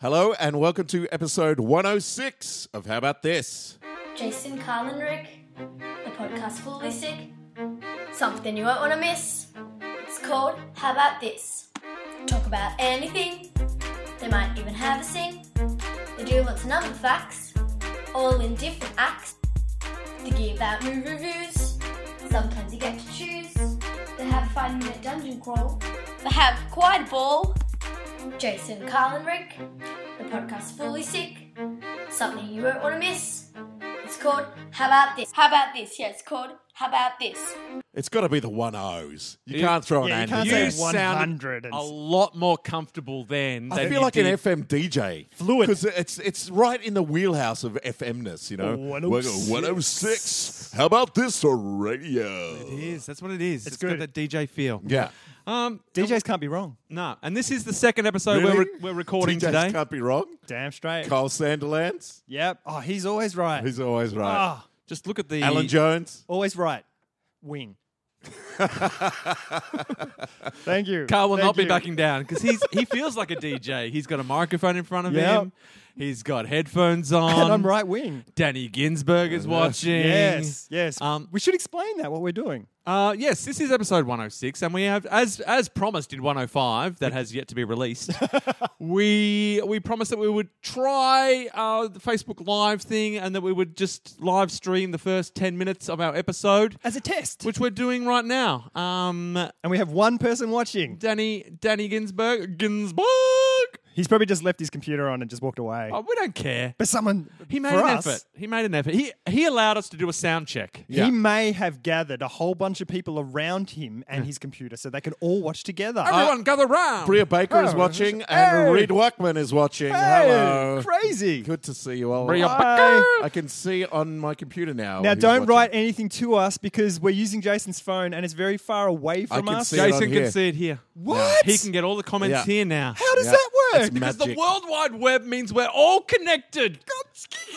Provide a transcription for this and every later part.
Hello and welcome to episode 106 of How About This? Jason Carl and Rick, the podcast for the sick. Something you won't want to miss. It's called How About This? Talk about anything. They might even have a sing. They do lots of number facts, all in different acts. They give out movie reviews. Sometimes you get to choose. They have a five minute dungeon crawl. They have quite a ball. Jason Carl and Rick, the podcast fully sick. Something you won't want to miss. It's called How About This? How About This? Yeah, it's called How About This? It's got to be the one O's. You can't throw an yeah, you and. can't in say you there. one- sound 100 and- a lot more comfortable then. I than feel you like an did. FM DJ. Fluid. Because it's, it's right in the wheelhouse of FMness, you know? 106. We're- 106. How about this for radio? It is. That's what it is. It's it's got good. that DJ feel. Yeah. Um. DJs can't be wrong. Nah. And this is the second episode Really? we're, re- we're recording TJs today. can't be wrong. Damn straight. Carl Sanderlands. Yep. Oh, he's always right. He's always right. Ah, Just look at the Alan Jones. always right. Win. Thank you. Carl will Thank not be you. backing down because he's he feels like a DJ. He's got a microphone in front of Yep. him. He's got headphones on. And I'm right wing. Danny Ginsberg is watching. Yes. Yes. Um, we should explain that what we're doing. Uh, yes, this is episode 106, and we have, as as promised in 105, that has yet to be released. we we promised that we would try uh, the Facebook Live thing, and that we would just live stream the first 10 minutes of our episode, As a test. which we're doing right now. Um, and we have one person watching. Danny Danny Ginsberg Ginsberg. He's probably just left his computer on and just walked away. Oh, we don't care. But someone He made for an us, effort. He made an effort. He he allowed us to do a sound check. He Yeah. may have gathered a whole bunch of people around him and his computer so they could all watch together. Everyone, gather round. Uh, Bria Baker is Oh, watching hey. and Reed Wackman is watching. Hello. Crazy. Good to see you all. Bria Hi. Baker. I can see on my computer now. Now, who's don't Oh, watching. write anything to us because we're using Jason's phone and it's very far away from can us. see it on Jason can here. see it here. What? He can get all the comments Yeah. here now. How does Yeah. that work? It's Because magic. the World Wide Web means we're all connected.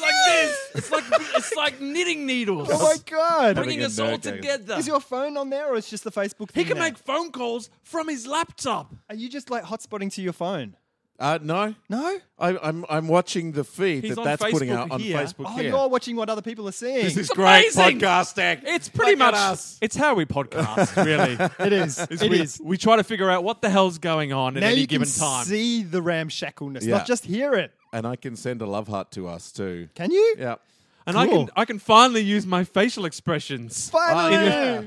Like this. It's like it's like knitting needles. oh my god! Bringing Having a us all nerd game. together. Is your phone on there or it's just the Facebook? He thing can now? make phone calls from his laptop. Are you just like hotspotting to your phone? Uh, no, No. I, I'm I'm watching the feed He's that on that's putting Facebook out on here. Facebook. Oh, here. you're watching what other people are seeing. this is It's great amazing. podcasting. It's pretty Look at much us. it's how we podcast, really. it is. It's it we, is. we try to figure out what the hell's going on at Now any you given can time. see the ramshackleness, Yeah. not just hear it. And I can send a love heart to us too. Can you? Yeah. and I Cool. can I can finally use my facial expressions. Finally. yeah.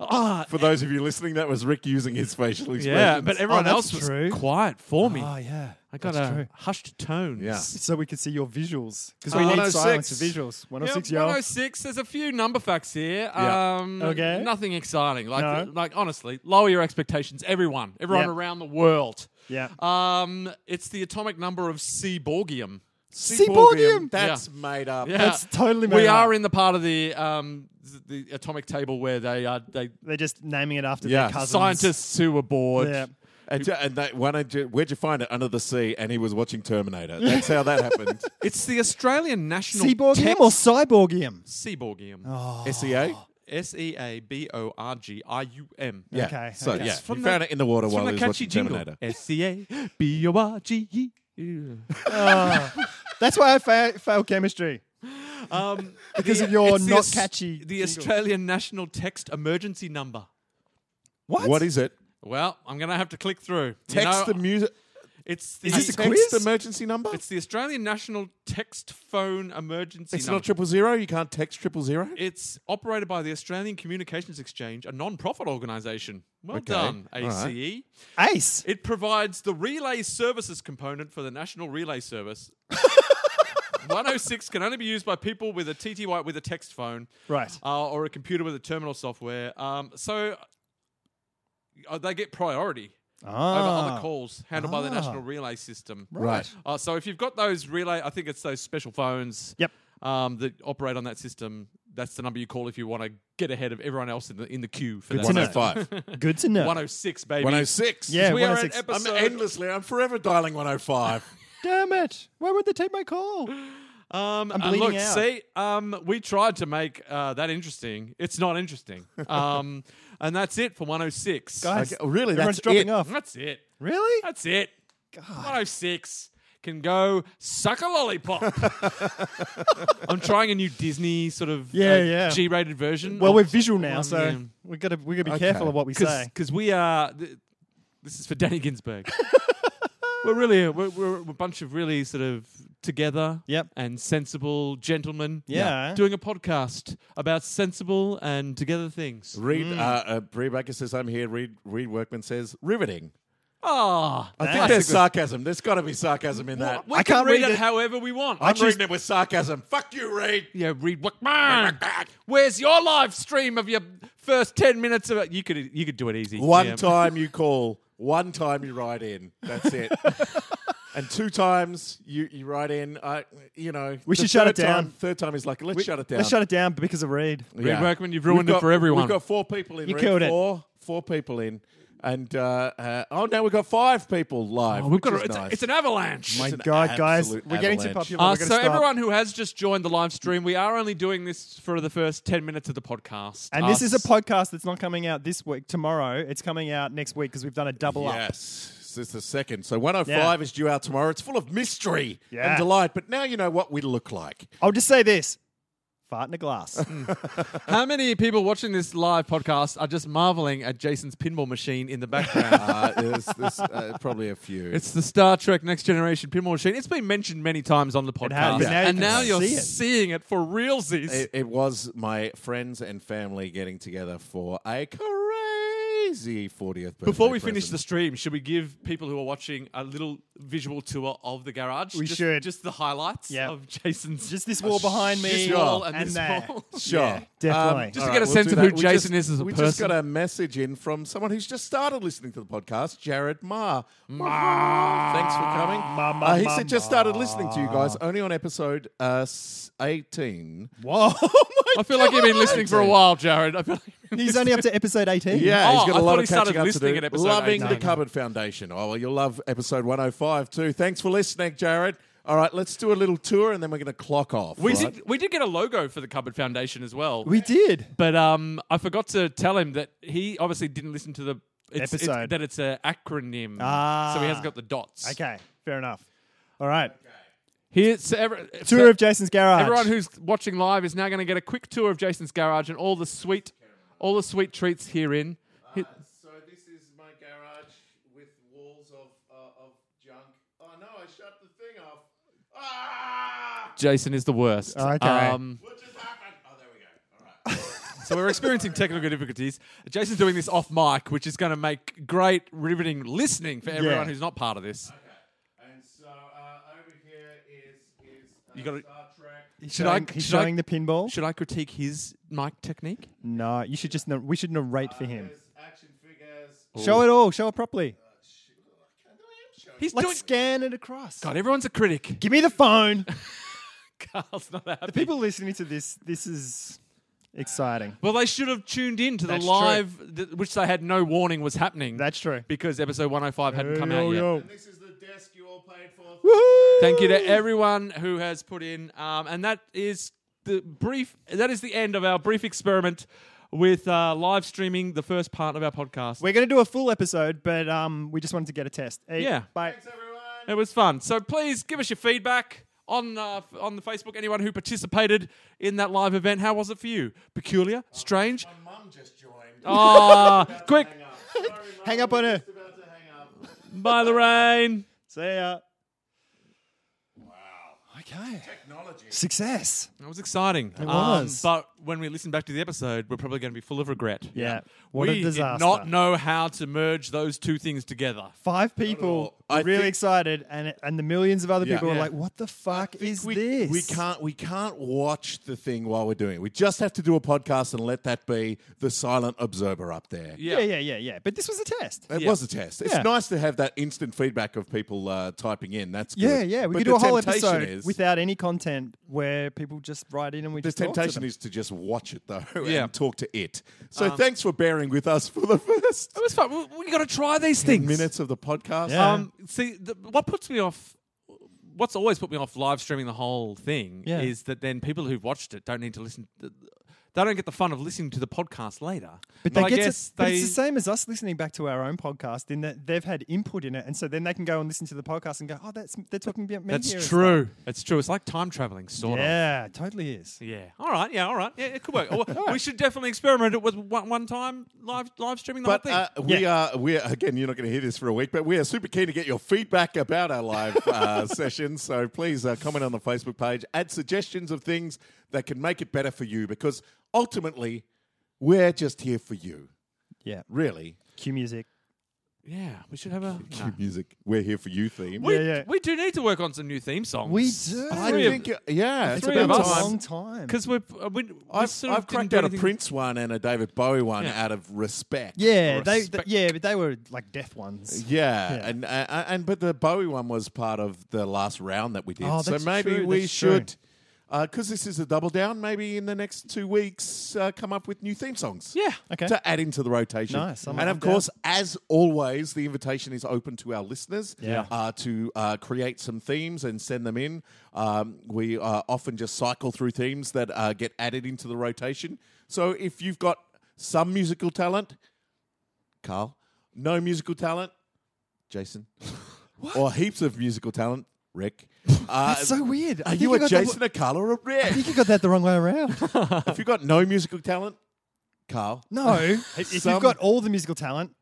Ah, For those of you listening, that was Rick using his facial expressions. yeah, but everyone Oh, that's else was true. quiet for me. Oh yeah. I got That's a true. hushed tones. Yeah. So we could see your visuals because Uh, we need 106. silence for visuals. One Yeah, hundred six, yo. 106. There's a few number facts here. Yeah. Um, Okay. Nothing exciting. Like, No. like honestly, lower your expectations. Everyone, everyone Yep. around the world. Yeah. Um, it's the atomic number of seaborgium. Seaborgium. That's Yeah. made up. Yeah. That's totally. we made up. are in the part of the um th- the atomic table where they are they They're just naming it after Yeah. their cousins. scientists who were bored. Yeah. And, ju- and that, why don't you, where'd you find it? Under the sea, and he was watching Terminator. That's how that happened. It's the Australian National Seaborgium Text- or cyborgium? Seaborgium. Oh, SEA? S e a b o r g i u m. Yeah. Okay, So, okay. yeah, It's you from the- found it in the water while he was watching Terminator. S C A B O R G E. That's why I fa- failed chemistry. Um, Because of your it's the not Aus- catchy The jingle. Australian National Text Emergency Number. What is it? Well, I'm going to have to click through. You Text know, the music. It's the, Is this a text quiz? emergency number? It's the Australian National Text Phone Emergency It's Number. not triple zero. You can't text triple zero. it's operated by the Australian Communications Exchange, a non-profit organisation. Well done, E. All right. ACE. Ace. It provides the relay services component for the National Relay Service. 106 can only be used by people with a TTY with a text phone, Right. uh, or a computer with a terminal software. Um, so uh, they get priority over Ah. other calls handled by the National Relay System. Ah. Right. Uh, so if you've got those relay, I think it's those special phones. Yep. Um, that operate on that system. That's the number you call if you want to get ahead of everyone else in the in the queue for One that. hundred five. Good to know. 106, baby. One hundred six. Yeah. We are at 106. I'm episode. endlessly. I'm forever dialing one hundred five. Damn it. Why would they take my call? Um, and bleeding look, out. see, um, we tried to make uh, that interesting. It's not interesting. Um, and that's it for 106. Guys, Okay, really, Everyone's that's dropping it. off. That's it. Really? That's it. God. 106 can go suck a lollipop. I'm trying a new Disney sort of uh, Yeah, yeah. G-rated version. Well, we're visual now, Um, so yeah. we got to we got to be Okay. careful of what we say. because we are. Th- this is for Danny Ginsberg. we're really a- we're, we're a bunch of really sort of together Yep. and sensible gentlemen. Yeah. doing a podcast about sensible and together things. Reed, uh, uh, Bree Baker says, I'm here. Reed, Reed Workman says, riveting. Ah, I think there's sarcasm. There's got to be sarcasm in that. we I can can't read, read it, it. however we want. I'm I'm reading it with sarcasm. Fuck you, Reed. Yeah, read what man. Where's your live stream of your first ten minutes of it? You could you could do it easy. One Yeah. time you call, one time you write in. That's it. and two times you, you write in. I, you know, We the should shut third it down. time- third time is like, let's shut it down. Let's shut it down because of Reed. Reed Workman, you've We've ruined it got- for everyone. We've got four people in. You Reed. killed it. four, Four people in, and uh, uh, oh, now we've got five people live. Oh, we've got a, which is it's, a- nice. it's an avalanche. My an God, guys, absolute we're getting too avalanche. popular. Uh, we're so gonna stop. everyone who has just joined the live stream, we are only doing this for the first ten minutes of the podcast. Uh, and this is a Uh, Us- podcast that's not coming out this week. Tomorrow, it's coming out next week because we've done a double up. Yes. This is the second. So 105 Yeah. is due out tomorrow. It's full of mystery Yeah. and delight. But now you know what we look like. I'll just say this: fart in a glass. Hmm. How many people watching this live podcast are just marveling at Jason's pinball machine in the background? Uh, there's, there's uh, probably a few. It's the Star Trek Next Generation pinball machine. It's been mentioned many times on the has, podcast, but now you and can now you're see it. seeing it for realsies. it, it was my friends and family getting together for a crazy 40th birthday. Before we finish the present. stream, should we give people who are watching a little visual tour of the garage? We just, should. Just the highlights Yep. of Jason's. just this wall behind me, this wall and, this there. wall. Sure. Yeah, definitely. Um, Just all to get a we'll sense do of who that. We Jason just- is as a we just person. got a message in from someone who's just started listening to the podcast, Jared Ma. Thanks for coming. Ma, ma, Uh, he ma, said just started listening to you guys only on episode uh, s- 18. Whoa! Oh my I feel like you've been listening for a while, Jared. I feel like you've been He's only up to episode 18. Yeah, Oh, he's got I a lot thought of he started catching up to listening do. at episode Loving 18. the Cupboard Foundation. Oh, well, you'll love episode 105 too. Thanks for listening, Jared. All right, let's do a little tour and then we're going to clock off. We right? did we did get a logo for the Cupboard Foundation as well. We did. but um I forgot to tell him that he obviously didn't listen to the it's, it's- Episode. that it's an acronym. Ah. So he hasn't got the dots. Okay, fair enough. All right. Here's so every, Tour so of Jason's Garage. everyone who's watching live is now going to get a quick tour of Jason's garage and all the sweet all the sweet treats herein. He- So this is my garage with walls of uh, of junk. Oh no, I shut the thing off. Ah! Jason is the worst. Um, Okay. What just happened? Oh, there we go. All right. So we're experiencing technical difficulties. Jason's doing this off mic, which is going to make great, riveting listening for everyone Yeah. who's not part of this. and so uh, over here is is uh, You gotta- Star Trek. he's should I- showing, he's should I- showing the pinball. Should I critique his mic technique? no, you should just, nar- we should narrate Uh, for him. There's action figures. Show it all, show it properly. He's Like doing. scan it across. God, everyone's a critic. Give me the phone. Carl's not happy. People listening to this, this is exciting. well, they should have tuned in to the That's true. live, th- which they had no warning was happening. That's true. because episode 105 hadn't come out yet. And this is the desk you all paid for. Woohoo! Thank you to everyone who has put in, um, and that is the brief. That is the end of our brief experiment with uh, live streaming the first part of our podcast. We're going to do a full episode, but um, we just wanted to get a test. Eh, Yeah. Bye. It was fun. So please give us your feedback on uh, f- on the Facebook. Anyone who participated in that live event, how was it for you? Peculiar, strange. My mum just joined. Ah, quick, Hang up. Sorry, Mum, Hang up on we're her. Just about to hang up. by the rain. See ya. Wow. Okay. Technology. Success. That was exciting. It was. but when we listen back to the episode, we're probably going to be full of regret. Yeah. What we a disaster. did not know how to merge those two things together. Five all. people I were really think- excited, and and the millions of other Yeah. people were Yeah. like, "What the fuck is we, this?" we can't we can't watch the thing while we're doing it. We just have to do a podcast and let that be the silent observer up there. Yeah, yeah, yeah, yeah. But this was a test. It Yeah. was a test. It's Yeah. nice to have that instant feedback of people uh, typing in. That's good. yeah, yeah. We But could the do a whole temptation episode is- without any content where people just write in and we the just talk to temptation them. Um, is to just watch it though and Yeah. talk to it. So thanks for bearing with us for the first It was fun. We, got to try these things. minutes of the podcast. Yeah. Um, see, the, what puts me off, what's always put me off live streaming the whole thing Yeah. is that then people who've watched it don't need to listen. To, They don't get the fun of listening to the podcast later. But, they I get to- guess but they. it's the same as us listening back to our own podcast in that they've had input in it, and so then they can go and listen to the podcast and go, "Oh, that's they're talking about me." here and that's stuff." true. That's true. It's like time traveling, sort of. Yeah, totally is. Yeah. All right. Yeah. All right. Yeah. It could work. Well, we should definitely experiment it with one, one time live live streaming the But whole thing. uh, we are we are, again. You're not going to hear this for a week, but we are super keen to get your feedback about our live uh, sessions. So please uh, comment on the Facebook page, add suggestions of things that can make it better for you, because ultimately, we're just here for you. Yeah, Really, cue music. yeah. We should have a. no. music. We're here for you theme. We, Yeah, yeah. we do need to work on some new theme songs. We do. I Three of- think uh, yeah, It's it's three been about of a us. time. long time. Because we're, uh, we, we I've, sort of I've cracked didn't out do a anything- Prince one and a David Bowie one Yeah. out of respect. Yeah, Or they, respect- th- yeah, but they were like death ones. Yeah, Yeah. and uh, and but the Bowie one was part of the last round that we did, Oh, so that's maybe true, we that's true. should, because this is a double down. Maybe in the next two weeks, uh, come up with new theme songs. Yeah. Okay. to add into the rotation. Nice, I'm- and I'm of course, as always, the invitation is open to our listeners. Yeah. uh, to uh, create some themes and send them in. Um, we uh, often just cycle through themes that uh, get added into the rotation. So if you've got some musical talent, Carl, no musical talent, Jason, or heaps of musical talent, Rick. Uh, That's so weird. I Are think you I a got the- Jason, a Carl, or a I Rick? think you got that the wrong way around. if you've got no musical talent, Carl. No, if if Some- you've got all the musical talent,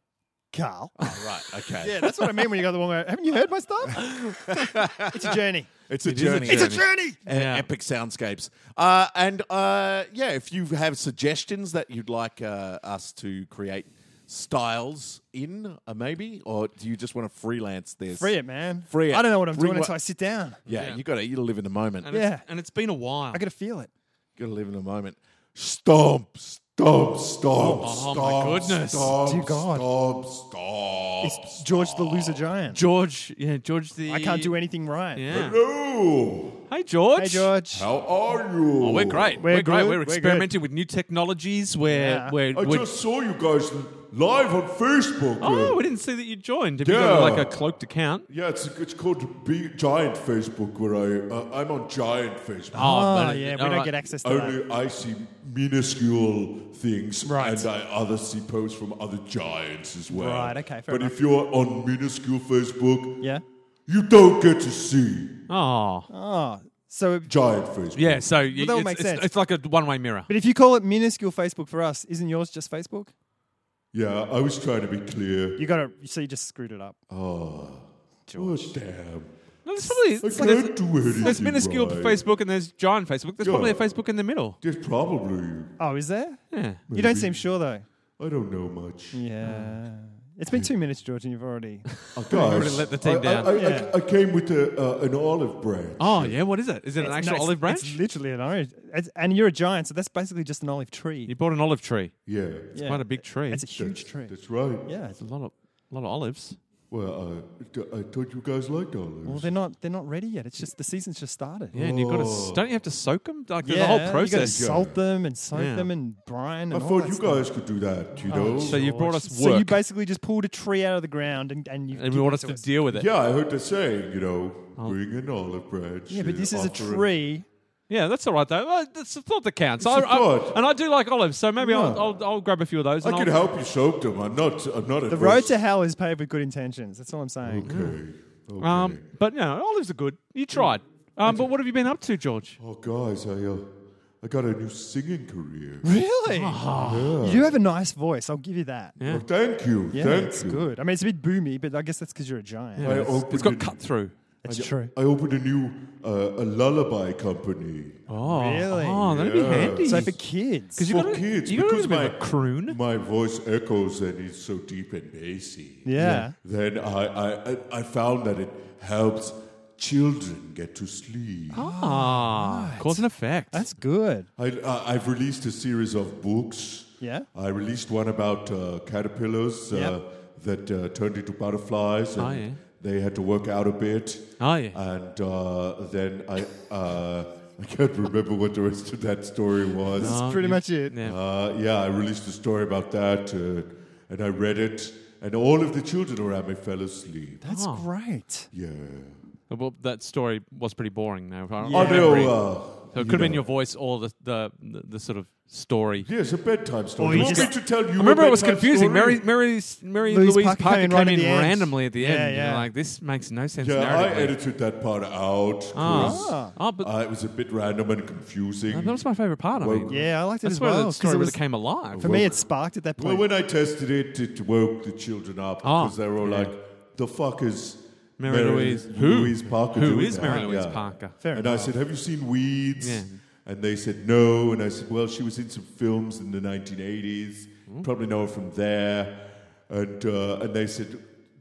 Carl. Oh, right, okay. Yeah, that's what I mean when you got the wrong way. Haven't you heard my stuff? it's a journey. It's a It is a journey. It's a journey. and Yeah. epic soundscapes. Uh, and uh, yeah, if you have suggestions that you'd like uh, us to create styles in, uh, maybe, or do you just want to freelance this? Free it, man. Free it. I don't know what I'm Bring doing what- until I sit down. Yeah, Yeah. you got to you live in the moment. And You It's, Yeah. and it's been a while. I got to feel it. got to live in the moment. Stomp, stomp, stomp, Oh, stomp. my goodness. Stomp, Dear God. Stomp, stomp. It's George the Loser Giant. George. Yeah. George the. I can't do anything right. Yeah. Hello. Hey, George. Hey, George. How are you? Oh, we're great. We're We're, great. good. We're We're good. experimenting with new technologies. We're, Yeah. we're, I we're- just saw you guys live on Facebook. oh, Uh, we didn't see that you joined. Have you got Yeah. like a cloaked account? Yeah, it's, it's called Be Giant Facebook, where I uh, I'm on Giant Facebook. Oh, but- yeah, we all don't right. get access Oh, to that. Only I see minuscule things, Right. and I other see posts from other giants as well. Right, okay, fair But enough. if you're on minuscule Facebook, Yeah. you don't get to see Oh, Oh, so, Giant Facebook. yeah. So you, that would it's, make it's- sense. it's like a one-way mirror. but if you call it minuscule Facebook for us, isn't yours just Facebook? yeah. I was trying to be clear. You got to, so you just screwed it up. Oh, damn! No, there's probably I it's like can't there's, do anything. there's minuscule right. Facebook and there's giant Facebook. There's probably a Yeah. Facebook in the middle. There's probably. Oh, is there? Yeah. You don't seem sure, though. I don't know much. Yeah. It's been two minutes, George, and you've already. Guys, Really let the team I, down. I, I, Yeah. I, I came with a, uh, an olive branch. Oh yeah. What is it? Is it an actual No, it's- olive branch? It's literally an orange. It's, and you're a giant, so that's basically just an olive tree. you bought an olive tree. Yeah, Yeah. Quite a big tree. It's a It's huge tree. that's right. Yeah. a lot of lot of olives. Well, I, th- I thought you guys liked olives. Well, they're not. They're not ready yet. It's just the season's just started. Yeah, and you got to don't you have to soak them? Like there's a Yeah, whole You gotta process. salt them and soak Yeah. them and brine. And I all thought that you stuff. guys could do that, you know. So you've brought us Oh, So you work, basically just pulled a tree out of the ground and and you. and we want us to deal with it. yeah, I heard the saying, you know, bring an olive branch. Oh. Yeah, but uh, this is a offer it. tree. Yeah, that's all right though. Well, That's the thought that counts. It's I, a I- thought. and I do like olives, so maybe Yeah. I'll, I'll I'll grab a few of those. I and can I'll- help you soak them. I'm not. I'm not. The Mm. road to hell is paved with good intentions. That's all I'm saying. Okay. okay. Um, but no, olives are good. You tried. Um, but what have you been up to, George? oh, guys, I uh, I got a new singing career. Really? Ah. You do have a nice voice. I'll give you that. Yeah, Oh, thank you. thank it's you. good. I mean, it's a bit boomy, but I guess that's because you're a giant. I opened It's got a- cut through. That's true. I opened a new uh, a lullaby company. Oh, Really? Oh, that'd be Yeah. handy. So for kids, Because you for got kids, you got because a bit of my- a croon. My voice echoes and it's so deep and bassy. yeah. Then I, I, I- I found that it helps children get to sleep. Oh. Ah, cause and effect. that's good. I, I, I've released a series of books. Yeah. I released one about uh, caterpillars uh, that uh, turned into butterflies. And Oh, yeah. They had to work out a bit. Oh, yeah. And uh, then I, uh, I can't remember what the rest of that story was. That's pretty much it. Oh, yeah. Uh, yeah, I released a story about that, uh, and Oh. I read it, and all of the children around me fell asleep. That's great. Yeah. Well, that story was pretty boring. Now, if I, Oh, Yeah. I know, remember it. uh, so it could have been your voice or the the, the, the sort of story. Yes, a bedtime story. Or Do you you want just- me to tell you? I remember a it was bedtime confusing. story? Mary, Mary, Mary Louise Louise, Parker Parker, came came, right at in the end. randomly at the Yeah, end. yeah. You're like, this makes no sense. Yeah, I narratively. edited that part out. Chris. Oh. Oh, but Uh, it was a bit random and confusing. that was my favorite part. I Well, mean, Yeah, I liked it that's as where well. the 'cause story it really was- came alive. For me, it sparked at that well, point. when I tested it, it woke the children up Ah, because they were all yeah. like, "The fuck is Mary Louise. Who? Louise Parker? Who doing is that?" Mary Louise Parker? Fair and I enough. said, "Have you seen Weeds?" Yeah. And they said no. And I said, "Well, she was in some films in the 1980s. Hmm. Probably know her from there." And uh, and they said,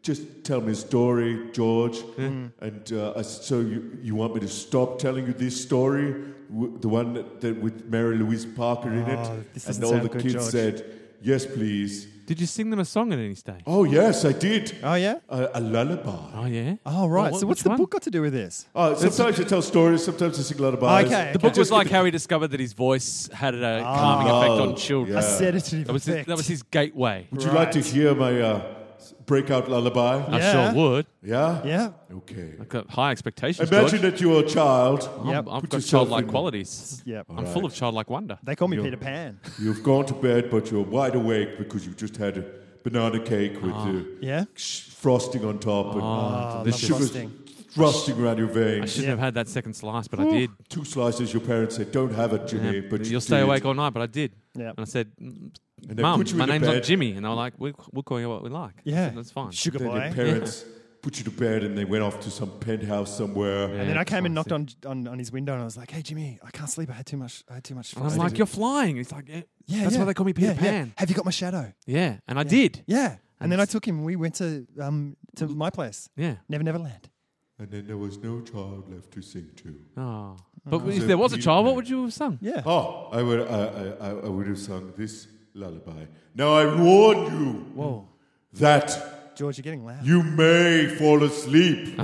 "Just tell me a story, George." Hmm. And uh, I said, "So you, you want me to stop telling you this story, w- the one that, that with Mary Louise Parker in Oh, it?" this and doesn't all sound the good, kids George. said, "Yes, please." Did you sing them a song at any stage? Oh yes, I did. oh yeah. A, a lullaby. Oh yeah. Oh right. What- so what's which the one? book got to do with this? Oh, sometimes you tell stories, sometimes you sing lullabies. Okay. The book Just was like how he discovered that his voice had a calming effect Oh, on children. yeah. A sedative Uh, That was his, effect. that was his gateway. Would you like to hear my uh, s- breakout lullaby? I Yeah. sure would. Yeah? Yeah. Okay. I've got high expectations. Imagine George. that you're a child. I'm- Yep. I've Put got yourself childlike in. qualities. Yep. I'm full of childlike wonder. They call me Peter Pan. You've gone to bed, but you're wide awake because you just had a banana cake with Ah. uh, Yeah. sh- frosting on top and Ah, Oh, the delicious. sugar's Frosting. thrusting around your I veins. shouldn't have had that second slice, but I did. Two slices. Your parents said, "Don't have it, Jimmy." Yeah, But you You'll stay did. awake all night, but I did. Yeah. And I said, "Mm, And they Mum, put you my into name's not bed. Jimmy. And they were like, we, We'll call you what we like. I Yeah. said, That's fine. Sugar Then boy. your parents put you to bed, and they went off to some penthouse somewhere. Yeah, And then I that's came and fine. knocked on, on on his window and I was like, "Hey Jimmy, I can't sleep. I had too much. I had too much." And I'm frosting." like, You're flying. He's like, "Eh, yeah, That's yeah, why they call me Peter yeah, yeah. Pan. Have you got my shadow? Yeah. And I did. Yeah. And, then I took him. We went to um to my place, Yeah. Never Never Land. And then there was no child left to sing to. Oh. But So if there was a Peter child, Pan. what would you have sung? Yeah. Oh, I would, I, I, I I would have sung this lullaby. Now I warn you Whoa, that George, you're getting loud. you may fall asleep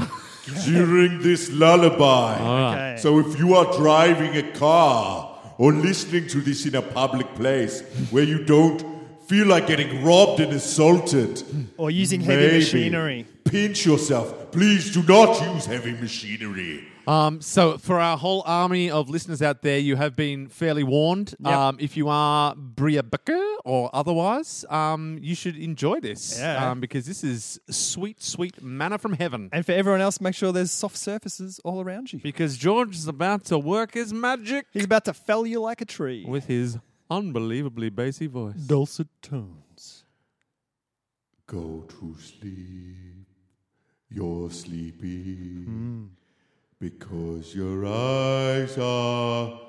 during this lullaby. Okay. So if you are driving a car or listening to this in a public place where you don't feel like getting robbed and assaulted, or using heavy maybe machinery. pinch yourself. Please do not use heavy machinery. Um, so, for our whole army of listeners out there, you have been fairly warned. Yep. Um, if you are Bria Becker or otherwise, um, you should enjoy this Yeah. um, because this is sweet, sweet manna from heaven. And for everyone else, make sure there's soft surfaces all around you. Because George is about to work his magic He's about to fell you like a tree. with his unbelievably bassy voice. dulcet tones. Go to sleep. You're sleepy because your eyes are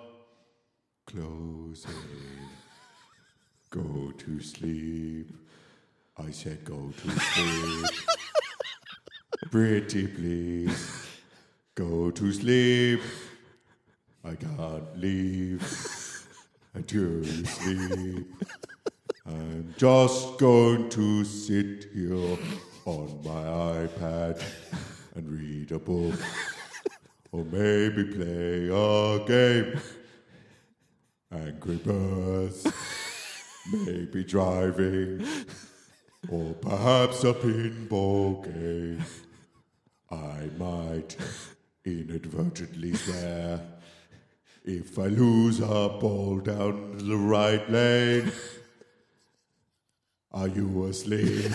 closing. go to sleep. I said go to sleep. Pretty please. Go to sleep. I can't leave until you sleep. I'm just going to sit here on my iPad and read a book. Or maybe play a game. Angry Birds. Maybe driving. Or perhaps a pinball game. I might inadvertently stare. If I lose a ball down the right lane, are you asleep?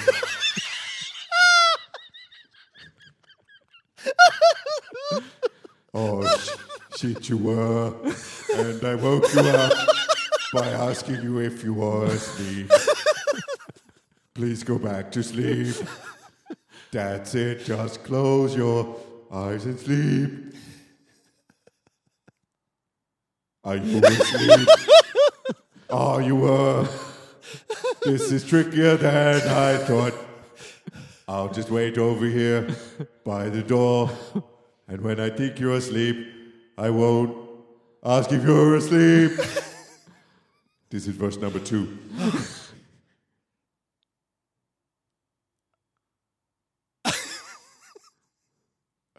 oh, sh- shit, you were. And I woke you up by asking you if you were asleep. Please go back to sleep. That's it. Just close your eyes and sleep. Are you asleep? oh, you were. This is trickier than I thought. I'll just wait over here by the door. And when I think you're asleep, I won't ask if you're asleep. This is verse number two.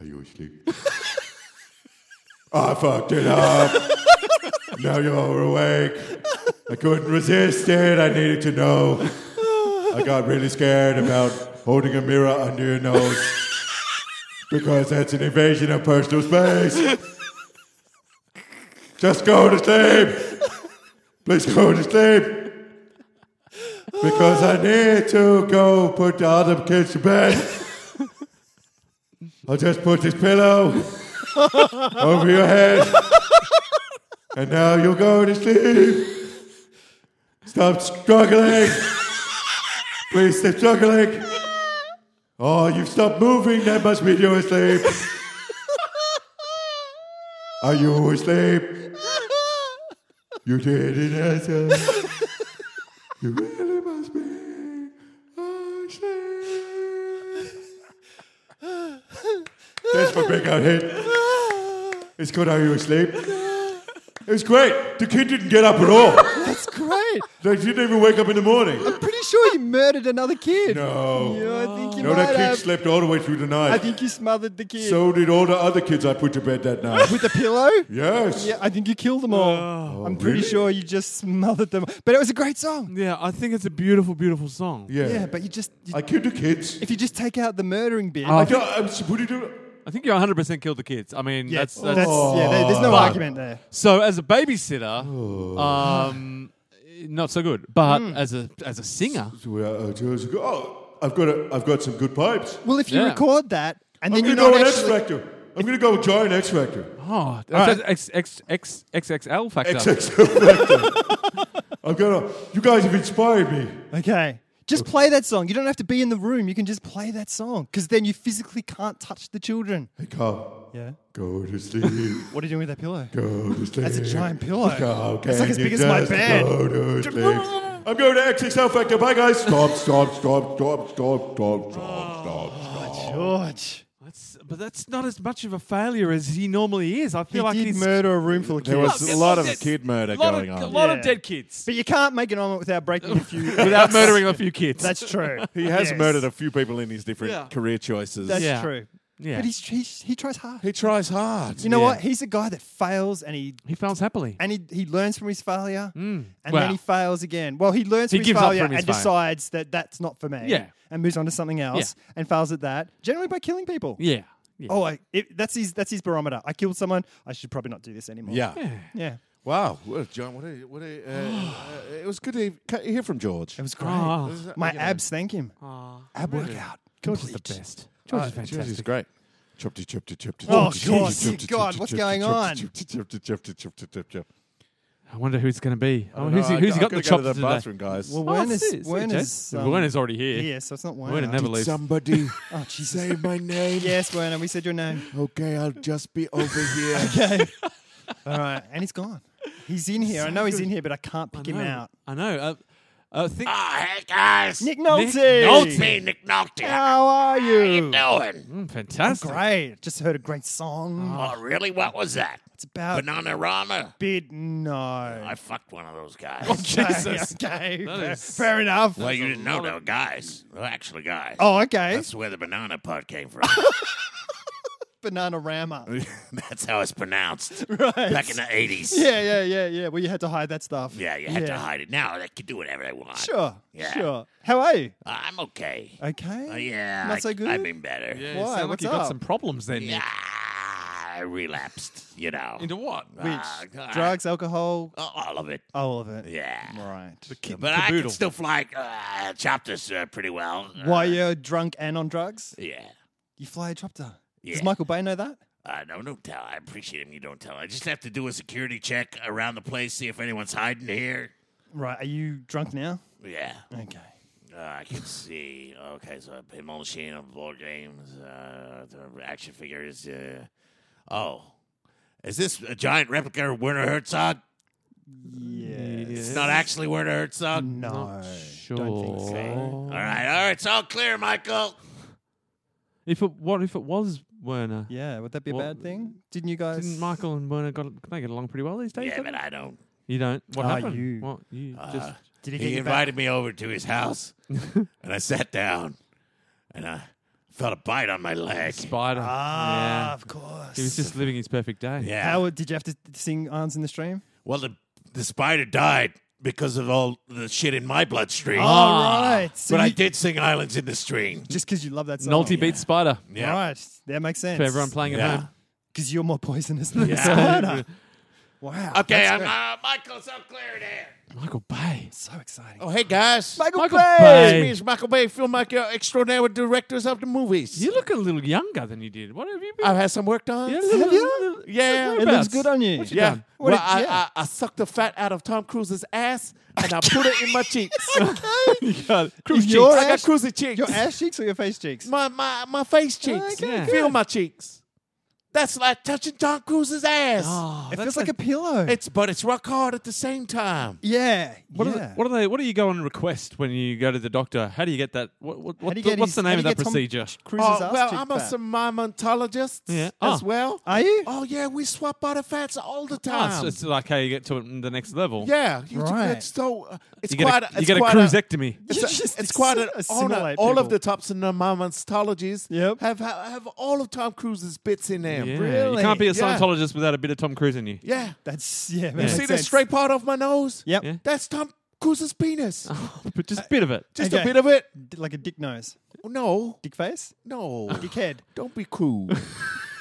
Are you asleep? I fucked it up. now you're awake. I couldn't resist it. I needed to know. I got really scared about holding a mirror under your nose. Because that's an invasion of personal space. Just go to sleep. Please go to sleep. Because I need to go put the other kids to bed. I'll just put this pillow over your head. And now you'll go to sleep. Stop struggling. Please stop struggling. Oh, you've stopped moving. That must mean you're asleep. Are you asleep? You didn't answer. You really must be asleep. That's my big out hit. It's called Are You Asleep? It was great. The kid didn't get up at all. That's great. They didn't even wake up in the morning. Pretty sure you murdered another kid. No. Yeah, I think you No, might that kid have. slept all the way through the night. I think you smothered the kid So did all the other kids I put to bed that night. with a pillow. yes. Yeah, I think you killed them all. I'm pretty really? sure you just smothered them. But it was a great song. Yeah, I think it's a beautiful, beautiful song. Yeah. Yeah, but you just you, I killed the kids. if you just take out the murdering bit, Oh, I don't, I'm, s- what do you do? I think you 100% killed the kids. I mean, yeah, that's, that's, that's yeah. there- there's no But- argument there. so as a babysitter, um, not so good. But as a as a singer, Well, uh, just go- Oh, I've got, a, I've got some good pipes. Well, if you Yeah. record that and I'm then going to you're go not on X actually, Factor. I'm going to go join X Factor. oh, right. X, X, X, XXL factor. XXL Factor. I'm going to. You guys have inspired me. okay, just play that song. You don't have to be in the room. You can just play that song because then you physically can't touch the children. Hey, come. Yeah. Go to sleep. What are you doing with that pillow? Go to sleep. That's a giant pillow. Oh, It's like can as you big as my just bed. go to sleep? I'm going to XXL Factor. Bye, guys. Stop, stop, stop, stop, stop, stop, stop, stop, stop. George, That's, but that's not as much of a failure as he normally is. I he feel like did he's murder a room full of There kids. was a lot of kid murder lot going of, a on. lot Yeah. of dead kids But you can't make an omelet without breaking a few. without murdering a few kids. That's true. He has Yes. murdered a few people in his different Yeah. career choices. That's Yeah. true. yeah. But he's, he's, he tries hard. He tries hard. You know Yeah. what? He's a guy that fails and he he fails happily. and he, he learns from his failure and Mm. Wow. then he fails again. Well, he learns He from his gives up failure from his and failure. decides that that's not for me. Yeah. And moves on to something else and fails at that, generally by killing people. yeah. yeah. Oh, I, it, that's his that's his barometer. I killed someone. I should probably not do this anymore. Yeah. Yeah. Wow. Well, John, what a, what a, uh, uh, it was good to ca- hear from George. It was great. Ah. My abs thank him. Ab really? workout. George is the complete. best. George is fantastic. George is great. Chopty, chopty, chopty, Oh, chopty, God. chopty, chopty, God, chopty, what's chopty, going chopty, on? chopty, chopty, chopty, chopty, chopty, chopty. I wonder who's going to be. Oh, I who's he, don't know, who's I- he got I'm in the gonna go to chops the today? bathroom, guys. Well, Oh, Wern it's- is it's Wern Jess. is um, Werner's already here. Yeah, so it's not Werner. Werner never leaves. Somebody Oh, Jesus. say my name. Yes, Werner, we said your name. Okay, I'll just be over here. Okay. All right. And he's gone. He's in here. I know he's in here, but I can't pick him I know. out. I know. Uh, uh, think, hey guys, Nick Nick Nolte. Nolte. Nick Nolte. How are you? Doing? Mm-hmm. Mm, fantastic. Great. Just heard a great song. Oh, really? What was that? It's about Banana Oh, Rama. bid. No. I fucked one of those guys. Oh, Jesus. Okay. Fair, is- fair enough. well, you didn't know they were guys. They were actually guys. oh, okay. That's where the banana part came from. Banana Rama. That's how it's pronounced right. back in the 80s. yeah, yeah, yeah, yeah. Well, you had to hide that stuff. Yeah, you had to hide it. Now they can do whatever they want. Sure. Yeah. Sure. How are you? I'm okay. Okay. Uh, yeah. Not I, so good. I've been better. Yeah, Why? you sound What's like you up? got some problems then. Nick. Yeah, I relapsed, you know. Into what? Which Ah, God. drugs, alcohol, All of it. all of it. Yeah. Right. But I can Caboodle. still fly uh, chopters uh, pretty well. Uh, Why you're drunk and on drugs? Yeah. You fly a chopper. Does Yeah. Michael Bay know that? Uh, no, don't tell. I appreciate him. You don't tell. I just have to do a security check around the place, see if anyone's hiding here. Right. Are you drunk now? Yeah. Okay. Uh, I can see. Okay, so a pinball machine, uh, board games, uh, the action figures. Uh, oh. Is this a giant replica of Werner Herzog? Yeah. It's not actually Werner Herzog? No. Sure. Don't think so. Okay. All right, all right. It's all clear, Michael. If it, what if it was Werner? Yeah. Would that be a Well, bad thing? Didn't you guys? Didn't Michael and Werner got they get along pretty well these days? Yeah, don't but they? I don't. you don't. What Ah, happened? you. What you just? Did He you invited me over to his house, and I sat down, and I felt a bite on my leg. Spider. Ah, yeah. of course. He was just living his perfect day. Yeah. How did you have to sing "Arms in the Stream"? Well, the the spider died. because of all the shit in my bloodstream. Ah. All right. So but I you- did sing Islands in the Stream. just because you love that song. Nolty beats Spider Yeah. Right. That makes sense. for everyone playing at Yeah. home. Because you're more poisonous than Yeah. yeah. spider. Wow. Okay, that's I'm, great. uh, Michael's up clear there. Michael Bay. So exciting. Oh, hey guys. Michael, Michael Bay. Bay. Hey. It's Michael Bay, filmmaker extraordinary directors of the movies. You look a little younger than you did. What have you been? I've had some work done. Yeah, Have you? little- Yeah. It looks Whereabouts? good on you. What you Yeah. done? What Well, did- I, yeah. I, I sucked the fat out of Tom Cruise's ass and I put it in my cheeks. If cheeks. your I got ass- cruisy cheeks. Your ass cheeks or your face cheeks? My, my, my face cheeks. Okay, Yeah. Feel my cheeks. That's like touching Tom Cruise's ass. Oh, it that's feels like a pillow. It's but it's rock hard at the same time. yeah. What, yeah. are the- what are they? What do you go and request when you go to the doctor? How do you get that? What, what, How what do you the- get what's his- the how name do you of that get Tom procedure? Cruise's Oh, ass well, cheek I'm a fat? somamentologist Yeah. as Oh. well. Are you? Oh yeah, we swap artifacts all the time. Ah, so it's like how you get to the next level. yeah, you, Right. it's so uh, it's you get quite a, it's you get a quite cruisectomy. It's, You a- just it's quite an assimilate honor. All of people. the tops and the mammastologies Yep. have, have have all of Tom Cruise's bits in them. Yeah, Really? You can't be a Yeah. Scientologist without a bit of Tom Cruise in you. Yeah. That's yeah. You see the straight part of my nose? Yep. Yeah. Uh-huh. That's Tom Cruise's penis. But just a bit of it. Just Okay. a bit of it. D- Like a dick nose, No, dick face, no. dick head. Don't be cool.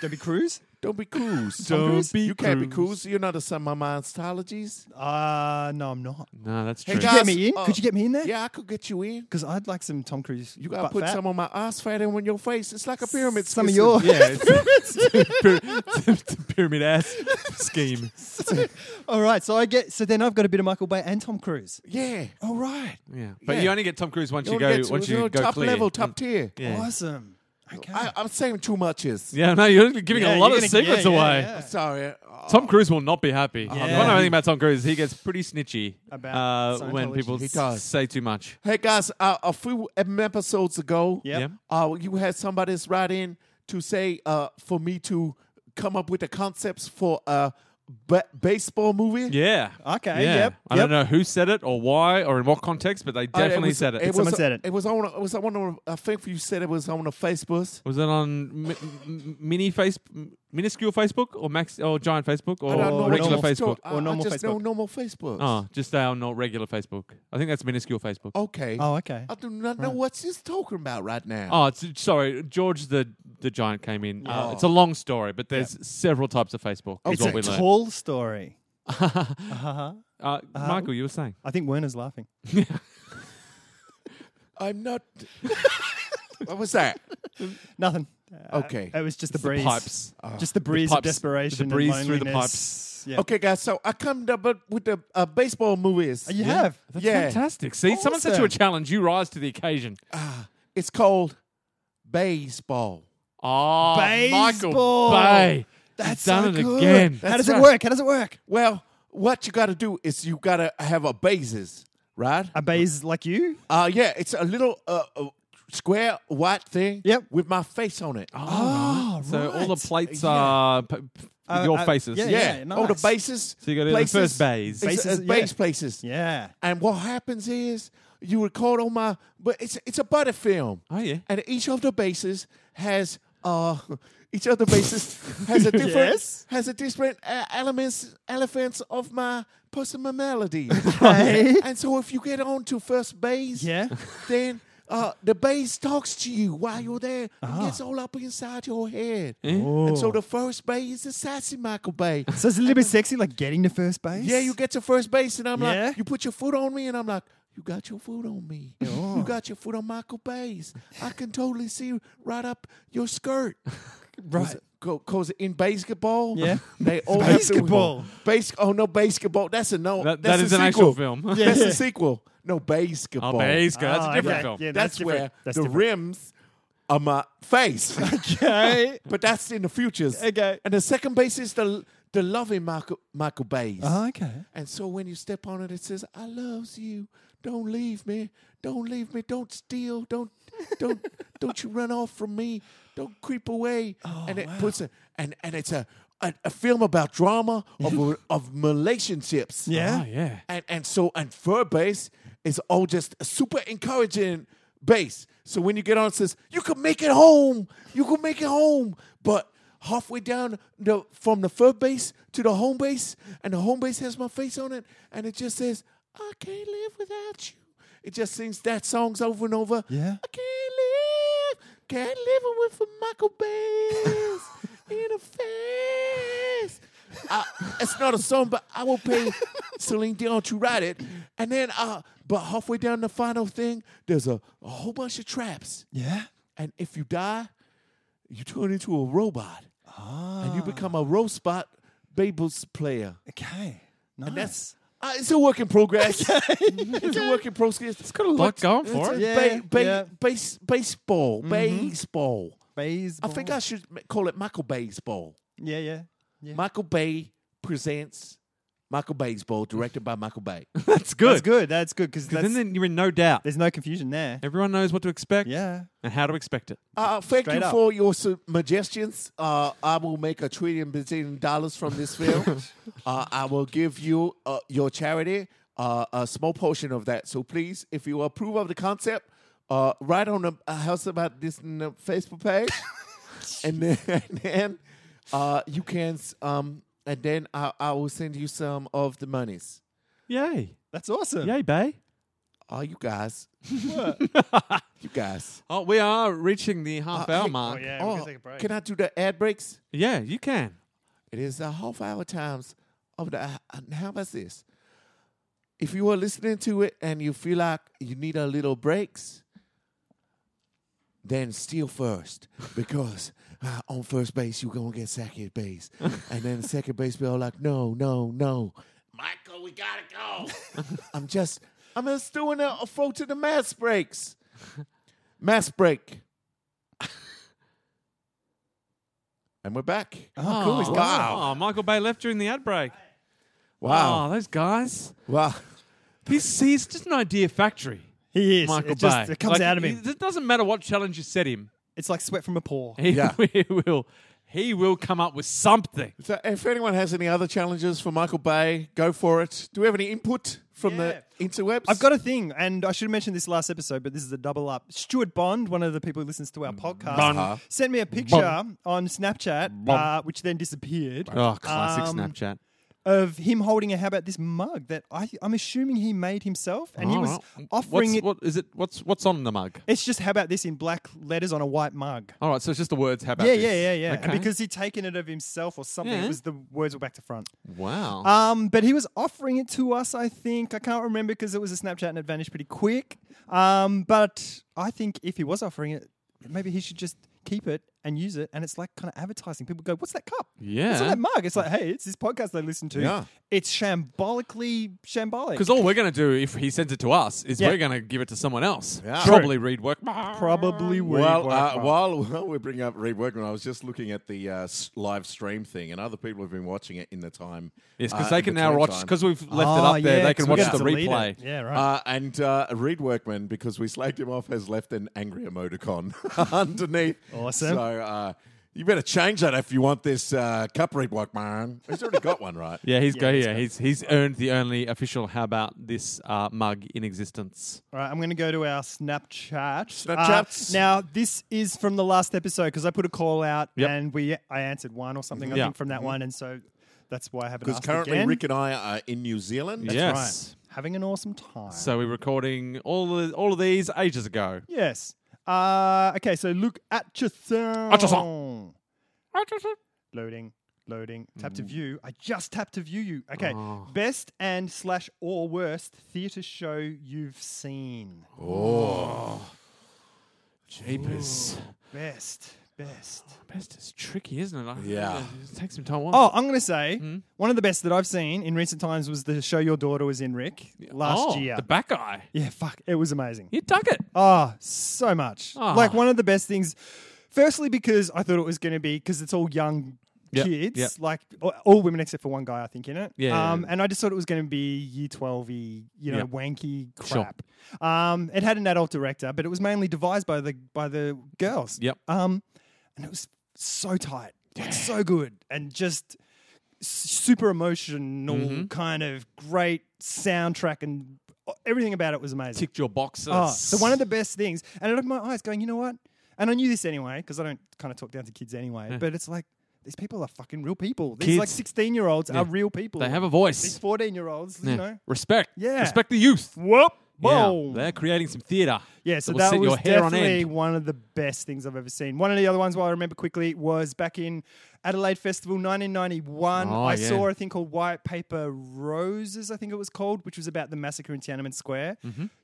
Don't be Cruise. Don't be cool. Tom Don't Cruise? be you can't be cool. Cruise. You're not a somamentologist. Uh no, I'm not. No, that's Hey, true. guys. Could you get me in? uh, Could you get me in there? Yeah, I could get you in. Because I'd like some Tom Cruise. You gotta butt put fat. some of my ass fat in on your face. It's like a pyramid. Some of scheme. your. yeah, it's, it's a pyramid ass scheme. All right. So I get. So then I've got a bit of Michael Bay and Tom Cruise. Yeah. All right. Yeah, but Yeah. you only get Tom Cruise once you, wanna go get to- once you're you go top clear. Mm. Mm. level, top tier. Yeah. Awesome. Okay. I, I'm saying too much is. yeah, no, you're giving Yeah, a lot you're of gonna- secrets yeah, yeah, away. yeah. Sorry. Oh, Tom Cruise will not be happy. If I don't Yeah. know anything about Tom Cruise. He gets pretty snitchy About uh, when Scientology. people He s- does. say too much. Hey guys, uh, a few em- episodes ago, Yep. Yeah. uh, you had somebody write in to say uh, for me to come up with the concepts for a ba- baseball movie. Uh, Yeah. Okay, Yeah. yep, I don't know who said it or why or in what context, but they Uh, definitely was- said it. was, Someone said it. It was on. It was on. a- I think you said it was on a Facebook. was it on mi- m- mini face, m- minuscule Facebook or max or giant Facebook or I don't know what regular it's called. Oh, Facebook? I- Or normal I just know Facebook. normal Facebook. Oh, just our not regular Facebook. I think that's minuscule Facebook. Oh, Ah. Okay. Oh, okay. I do not know what she's talking about right now. Oh, it's, sorry, George the the giant came in. Uh, it's a long story, but there's several types of Facebook. is Oh, it's what we a learned. tall story. uh-huh. uh, Michael, you were saying. I think Werner's laughing. I'm not. what was that? Nothing. Uh, Okay. it was just the breeze. pipes. Just the breeze pipes. of desperation. The breeze and through the loneliness. Yeah. Okay, guys. So I come up with the uh, baseball movies. Uh, You have. That's Yeah. fantastic. See, someone set you a Awesome. challenge. You rise to the occasion. It's called baseball. Oh, Michael Baseball. Bay. That's He's done so it good. again. How That's does it right. work? How does it work? Well, what you got to do is you got to have a bases, right? A bays like you? Uh, yeah, it's a little uh, uh, square white thing Yep. with my face on it. Oh, Oh, So all the right. plates Yeah. are p- p- Uh, your uh, faces. yeah, yeah, nice. all the bases. So you gotta do the first base. It's, Bases, uh, base yeah. places. Yeah. And what happens is you record all my, but it's it's a butter film. Oh, yeah. And each of the bases has uh, each of the bases has a different Yes. has a different uh, elements elephants of my personality. Hey. and so if you get on to first base, Yeah. then. Uh, the bass talks to you while you're there Ah. and gets all up inside your head. Eh? And Oh. so the first base is the sassy Michael Bay. So it's a little bit sexy, like getting to first base. Yeah, you get to first base, and I'm Yeah? like, you put your foot on me, and I'm like, you got your foot on me. You got your foot on Michael Bay's. I can totally see right up your skirt. right. Because in basketball, Yeah. they all have to- Basketball. Bas- oh, no, basketball. That's a no. That- that's that is a an sequel. actual film. Yeah. That's a sequel. No, basketball. Oh, Bay's good. That's Oh, a different okay. film. Yeah, that's, that's, where different. That's the different. rims are my face. Okay. but that's in the futures. Okay. And the second base is the the loving Michael, Michael Bay's. Ah. Oh, okay. And so when you step on it, it says, "I loves you. Don't leave me. Don't leave me. Don't steal. Don't, don't, don't you run off from me. Don't creep away." Oh, and it puts a and and it's a a, a film about drama of of relationships. Yeah. Oh, yeah. And and so and fur base is all just super encouraging base. So when you get on, it says you can make it home. You can make it home, but halfway down the from the fur base to the home base, and the home base has my face on it, and it just says I can't live without you. It just sings that songs over and over. Yeah. I can't live, can't live with a Michael Bay's in a face. Uh, it's not a song, but I will pay Celine Dion to write it. And then, uh, but halfway down the final thing, there's a, a whole bunch of traps. Yeah. And if you die, you turn into a robot. And you become a robot Babel's player. Okay. Nice. And that's uh, it's a work in progress. it's a work in progress. It's got a lot going for it. Yeah, yeah. base, baseball, baseball. I baseball. think I should ma- call it Michael Bay's Ball. Yeah, yeah. Oh. Yeah. Michael Bay presents Michael Bay's Ball, directed by Michael Bay. That's good. That's good. That's good because Then, then you're in no doubt. there's no confusion there. Everyone knows what to expect Yeah. and how to expect it. Uh, thank Straight you up. for your suggestions. Uh, I will make a trillion billion dollars from this film. uh, I will give you uh, your charity uh, a small portion of that. So please, if you approve of the concept, uh, write on the uh, House About This in the Facebook page, and then, and then uh, you can. Um, and then I, I will send you some of the monies. Yay. That's awesome. Yay, Bay. Oh, you guys! you guys! Oh, we are reaching the half Uh, hour hey- mark. yeah. Oh, Yeah, we're gonna take a break. can I do the ad breaks? you can. It is a half hour times of the. And how about this? If you are listening to it and you feel like you need a little breaks, then steal first because uh, on first base you're gonna get second base, and then second base be all like, no, no, no. Michael, we gotta go. I'm just, I'm just doing a, a throw to the mass breaks. Mass break. and we're back. Oh, cool. He's gone. Oh, Michael Bay left during the ad break. Wow. Oh, those guys. Wow. He's, he's just an idea factory. He is. Michael it just, Bay. It comes Like, out of he- him. It doesn't matter what challenge you set him. It's like sweat from a pore. He Yeah. will. He will come up with something. So if anyone has any other challenges for Michael Bay, go for it. Do we have any input from the interwebs? I've got a thing, and I should have mentioned this last episode, but this is a double up. Stuart Bond, one of the people who listens to our podcast, Bond. sent me a picture on Snapchat, uh, which then disappeared, Oh, classic Um, Snapchat. of him holding a how about this mug that I, I'm assuming he made himself, and he All was right. offering Oh, what's, it. What is it? What's what's on the mug? It's just how about this in black letters on a white mug. All right, so it's just the words. How about Yeah, this? yeah, yeah, yeah. Okay. And because he'd taken it of himself or something, Yeah. it was the words were back to front. wow. Um, but he was offering it to us, I think. I can't remember because it was a Snapchat and it vanished pretty quick. Um, but I think if he was offering it, maybe he should just keep it and use it. And it's like kind of advertising. People go, What's that cup? What's on Yeah. that mug? It's like, Hey, it's this podcast I listen to. Yeah. It's shambolically shambolic. Because all we're going to do if he sends it to us is Yeah. we're going to give it to someone else. Yeah. Probably read work. probably would well, work uh, well. while, while we're bringing up Reed Workman, I was just looking at the uh, s- live stream thing, and other people have been watching it in the time. Yes, because uh, they in can now between watch time. because we've left Ah, it up there. yeah, they 'cause can we watch got the to delete it. replay. Yeah, right. Uh, and uh, Reed Workman, because we slagged him off, has left an angry emoticon underneath. Awesome. So uh, you better change that if you want this uh, cup, Reed Workman. He's already got one, right? Yeah, he's go. Yeah, he's he's earned the only official how about this uh, mug in existence. All right, I'm going to go to our Snapchat. Snapchats. Uh, now, this is from the last episode because I put a call out Yep. and we I answered one or something, I Yeah. Mm-hmm. think, from that one. And so that's why I haven't Because asked currently again. Rick and I are in New Zealand. Yeah. That's Yes. right. Having an awesome time. So we're recording all of, all of these ages ago. yes. Uh, okay, so look at your song. At your Loading, loading. Tap Mm. to view. I just tapped to view you. Okay. Oh. Best and slash or worst theatre show you've seen. Oh. Jeepers, Best, best. best is tricky, isn't it? I- Yeah. it takes some time. Oh, I'm going to say Hmm? one of the best that I've seen in recent times was the show your daughter was in, Rick, last Oh, year. the back eye. yeah, fuck. It was amazing. You dug it. Oh, so much. Ah. Like one of the best things. Firstly, because I thought it was going to be because it's all young Yep, kids, yep. like all, all women except for one guy, I think, in it. Yeah. Um, and I just thought it was going to be year twelvey, you know, Yep. wanky Sure. crap. Um, it had an adult director, but it was mainly devised by the by the girls. Yep. Um, and it was so tight, like, so good, and just s- super emotional, Mm-hmm. kind of great soundtrack, and uh, everything about it was amazing. Ticked your boxes. Oh, so one of the best things, and it opened my eyes, going, you know what? And I knew this anyway because I don't kind of talk down to kids anyway. But it's like these people are fucking real people. These Kids- like sixteen year olds Yeah. are real people. They have a These voice. fourteen year olds, Yeah. you know. Respect. Yeah. Respect the youth. Whoop. Yeah, Boom. they're creating some theatre. Yeah, so will that set was your hair on definitely end. one of the best things I've ever seen. One of the other ones, while I remember quickly, was back in Adelaide Festival 1991. Oh, I yeah. saw a thing called White Paper Roses, I think it was called, which was about the massacre in Tiananmen Square.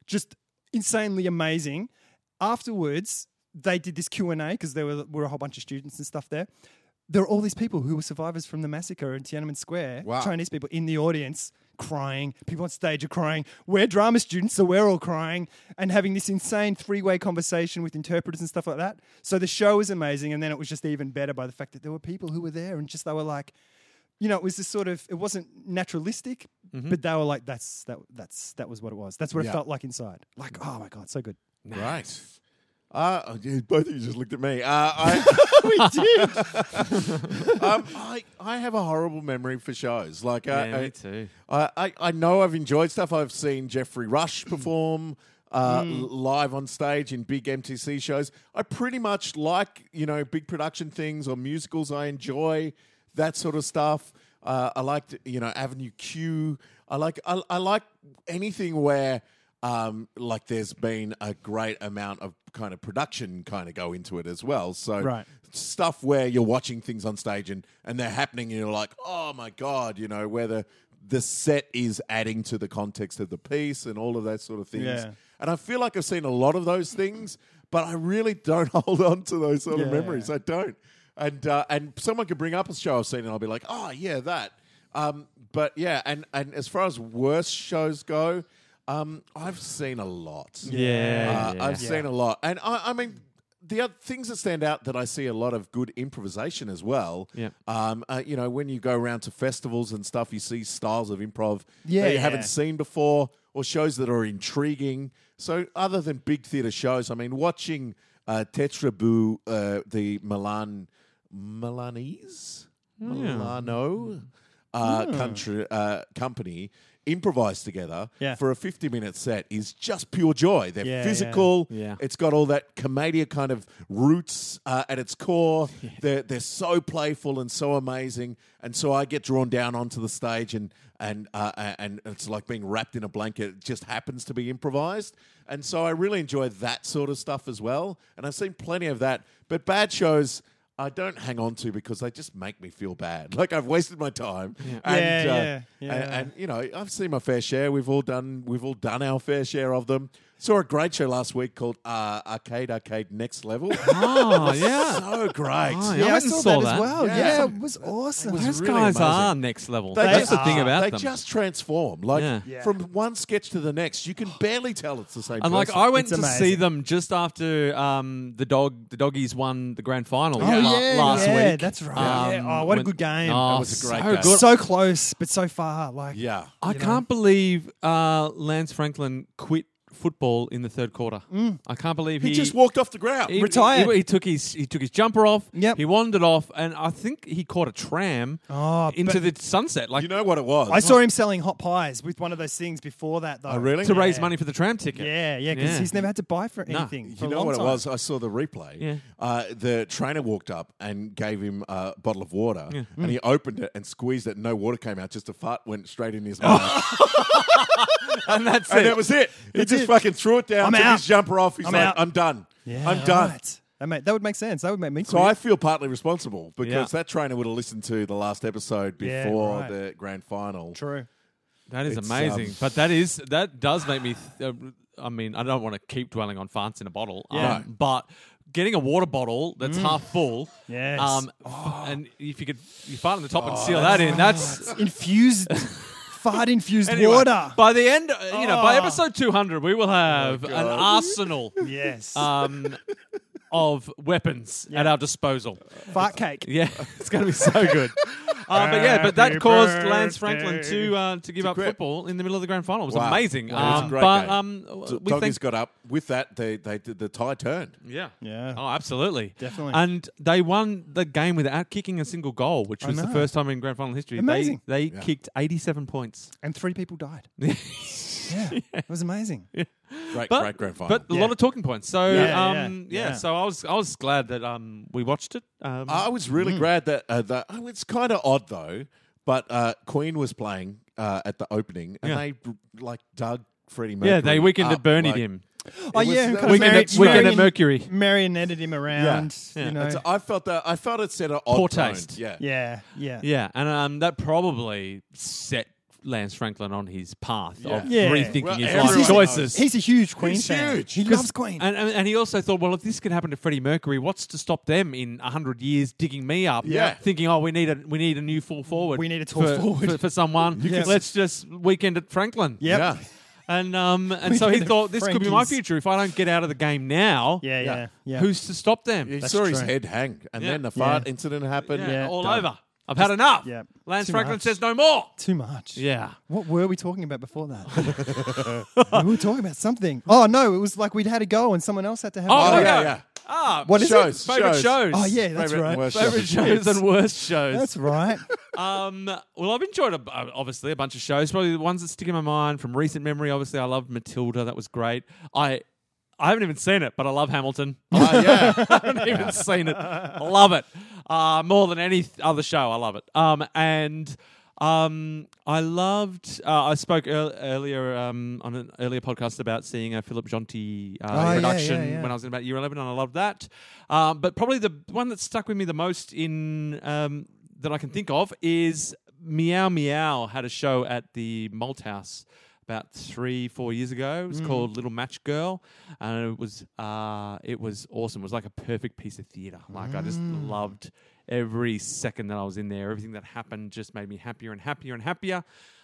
Just insanely amazing. Afterwards, they did this Q and A because there were, were a whole bunch of students and stuff there. There were all these people who were survivors from the massacre in Tiananmen Square. Wow. Chinese people in the audience crying. People on stage are crying. We're drama students, so we're all crying and having this insane three way conversation with interpreters and stuff like that. So the show was amazing. And then it was just even better by the fact that there were people who were there and just they were like, you know, it was this sort of it wasn't naturalistic, but they were like, that's that that's that was what it was. That's what Yeah. it felt like inside. Like, oh my god, so good. Right. Uh, oh, yeah, both of you just looked at me. Uh, I, we did. um, I, I have a horrible memory for shows. Like, uh, Yeah, me I- too. I, I, I know I've enjoyed stuff. I've seen Jeffrey Rush perform uh, l- live on stage in big MTC shows. I pretty much like, you know, big production things or musicals. I enjoy that sort of stuff. Uh, I liked, you know, Avenue Q. I like, I, I like anything where, um, like, there's been a great amount of kind of production kind of go into it as well. So, Right. stuff where you're watching things on stage and, and they're happening and you're like, oh my God, you know, where the, the set is adding to the context of the piece and all of that sort of things. Yeah. And I feel like I've seen a lot of those things, but I really don't hold on to those sort of Yeah. memories. I don't. And uh, and someone could bring up a show I've seen and I'll be like, oh yeah, that. Um, but yeah, and, and as far as worst shows go, um, I've seen a lot. Yeah. Uh, I've seen a lot, and I, I mean the other things that stand out that I see a lot of good improvisation as well. Yeah. Um, uh, you know, when you go around to festivals and stuff, you see styles of improv Yeah, that you yeah. haven't seen before, or shows that are intriguing. So, other than big theatre shows, I mean, watching uh, Tetra Boo, uh, the Milan Milanese Hmm. Milano uh, country uh, company improvise together Yeah. for a 50 minute set is just pure joy. They're Yeah, yeah. physical. Yeah. It's got all that commedia kind of roots uh, at its core. They're, they're so playful and so amazing. And so I get drawn down onto the stage and and uh, a- and it's like being wrapped in a blanket. It just happens to be improvised. And so I really enjoy that sort of stuff as well. And I've seen plenty of that. But bad shows I don't hang on to because they just make me feel bad. Like I've wasted my time. And, Yeah, uh, yeah, yeah. and- and you know, I've seen my fair share. We've all done. We've all done our fair share of them. Saw a great show last week called uh, Arcade Arcade Next Level. Oh, yeah. so great. Oh, Yeah, I I went and saw, saw that, that. as well. Yeah, Yeah. it was awesome. was Those really guys amazing. are next level. They That's just the thing are. about they them. just transform. Like Yeah. Yeah. from one sketch to the next, you can barely tell it's the same. and like person. I went It's to amazing. see them just after um, the dog the doggies won the grand final Oh, la- yeah, last yeah, week. um, that's right. Yeah. Oh, what a when- good game. Oh, That was a great so game. good. so close, but so far. Like, yeah, I can't believe uh, Lance Franklin quit football in the third quarter. Mm. I can't believe he, he just walked off the ground. he- retired. He, he took his he took his jumper off. Yep. He wandered off, and I think he caught a tram Oh, into the sunset, like you know what it was? I saw him selling hot pies with one of those things before that, though. Oh, really? to raise Yeah. money for the tram ticket. Yeah, yeah, because Yeah. he's never had to buy for No. anything. for You a know long what time. it was? I saw the replay. Yeah. Uh, the trainer walked up and gave him a bottle of water, and he opened it and squeezed it. and No water came out; just a fart went straight in his mouth, and that's and it. that was it. He just fucking threw it down, I'm took out. his jumper off. He's I'm like, out. "I'm done. Yeah, I'm done." right. That, ma- that would make sense. That would make me. So quit. I feel partly responsible because Yeah. that trainer would have listened to the last episode Yeah, before right. the grand final. true. That is It's, amazing, um, but that is that does make me. Th- uh, I mean, I don't want to keep dwelling on farts in a bottle. Yeah. Mm. Um, but getting a water bottle that's half full. Yes. Oh. Um, f- and if you could you fart on the top and seal that in, that's Infused, fart infused anyway, water. By the end, uh, you know, by Oh. episode two hundred, we will have an God. arsenal yes. um, of weapons at our disposal. fart cake. Yeah, it's going to be so good. Uh, but yeah, but that Happy caused Lance birthday. Franklin to uh, to give up quit. football in the middle of the grand final. It was Wow. amazing. That was a Um, great but game. um, So we think, Doggies got up. With that, they, they did the tie turned. yeah, Yeah. oh, absolutely, Definitely. And they won the game without kicking a single goal, which was the know. first time in grand final history. Amazing. They they kicked eighty seven points. And three people died. Yeah, it was amazing. Great, But- great grand final. But a Yeah. lot of talking points. So Yeah, um, yeah, yeah, yeah. So I was I was glad that um we watched it. Um, I was really glad that uh, that oh, it's kind of odd though, but uh, Queen was playing uh, at the opening and Yeah. they br- like dug Freddie Mercury. yeah, they weekend up, at Bernie like- him. Oh was- yeah, that kind was of Weekend married, at, weekend at marionetted- Mercury. marionetted him around. Yeah. You know. It's- I felt that I felt it set an odd Poor tone. taste. Yeah. yeah, yeah, Yeah, and um, that probably set Lance Franklin on his path of Yeah. rethinking Well, his everyone life choices. He's a huge Queen He's fan. huge. He loves Queen. and, and, and he also thought, well, if this can happen to Freddie Mercury, what's to stop them in hundred years digging me up? Yeah. thinking, oh, we need a we need a new full forward. We need a tall for, forward. for, for someone. could- Let's just weekend at Franklin. Yep. Yeah. And um, and so he did it, thought this could be my Frankies. future if I don't get out of the game now. Yeah, yeah, yeah. Who's to stop them? You Yeah, saw his true. head hang, and Yeah. then the fart Yeah. incident happened. Yeah. all Done. over. I've had enough. yeah. Lance Too Franklin much. says no more. too much? Yeah. What were we talking about before that? we were talking about something. Oh no, it was like we'd had a go and someone else had to have. Oh, a Oh go. okay. yeah, yeah. Ah, What is Shows, it? favorite shows. shows. Oh yeah, that's Favourite right. and worst Favorite shows and worst shows. That's right. Um, well, I've enjoyed a, uh, obviously a bunch of shows. Probably the ones that stick in my mind from recent memory. Obviously, I loved Matilda. That was great. I I haven't even seen it, but I love Hamilton. I Oh, yeah. haven't even seen it. I love it uh, more than any th- other show. I love it. Um, and um, I loved. Uh, I spoke ear- earlier um, on an earlier podcast about seeing a Philip Jonty uh, yeah, yeah, production yeah. when I was in about year eleven, and I loved that. Um, but probably the one that stuck with me the most in um, that I can think of is Meow Meow had a show at the Malthouse about three, four years ago. It Hmm. was called Little Match Girl, and it was uh, it was awesome. It was like a perfect piece of theatre. Like I just Hmm. loved every second that I was in there. Everything that happened just made me happier and happier and happier.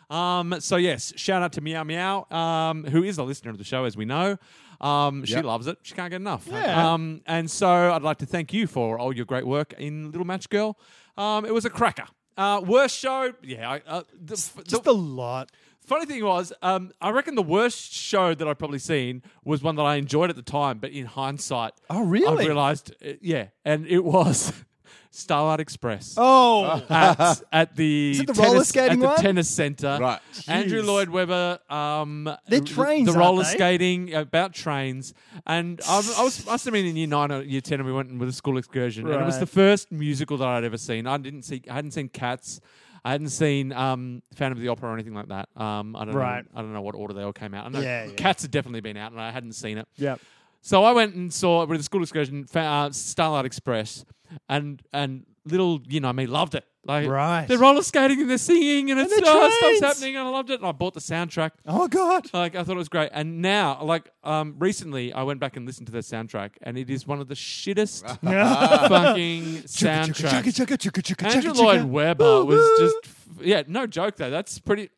Um, so yes, shout out to Meow Meow, um, who is a listener of the show, as we know. Um, she Yep. loves it. She can't get enough. Yeah. Um, and so I'd like to thank you for all your great work in Little Match Girl. Um, it was a cracker. Uh, worst show, yeah. I, uh, the, Just a the lot. funny thing was, um, I reckon the worst show that I've probably seen was one that I enjoyed at the time, but in hindsight, Oh, really? I realised, uh, yeah, and it was Starlight Express Oh, at, at the it the tennis, roller skating at the one? tennis center. Right. Andrew Jeez. Lloyd Webber. Um, They're the- trains, The aren't roller they? skating uh, about trains, and I was, I was must have been in year nine or year ten, and we went with a school excursion, and it was Right. the first musical that I'd ever seen. I didn't see. I hadn't seen Cats. I hadn't seen um, Phantom of the Opera or anything like that. Um, I don't Right. know. I don't know what order they all came out. I know Yeah, yeah. Cats had definitely been out, and I hadn't seen it. yeah. So I went and saw with a school excursion, fa- uh, Starlight Express, and and little you know me loved it. Like Right. they're roller skating and they're singing and, it's they're oh, stuff's trains. happening and I loved it. And I bought the soundtrack. Oh God. Like I thought it was great. And now, like um, recently, I went back and listened to the soundtrack, and it is one of the shittest fucking soundtracks. Andrew Lloyd Webber was just yeah, no joke though. That's pretty.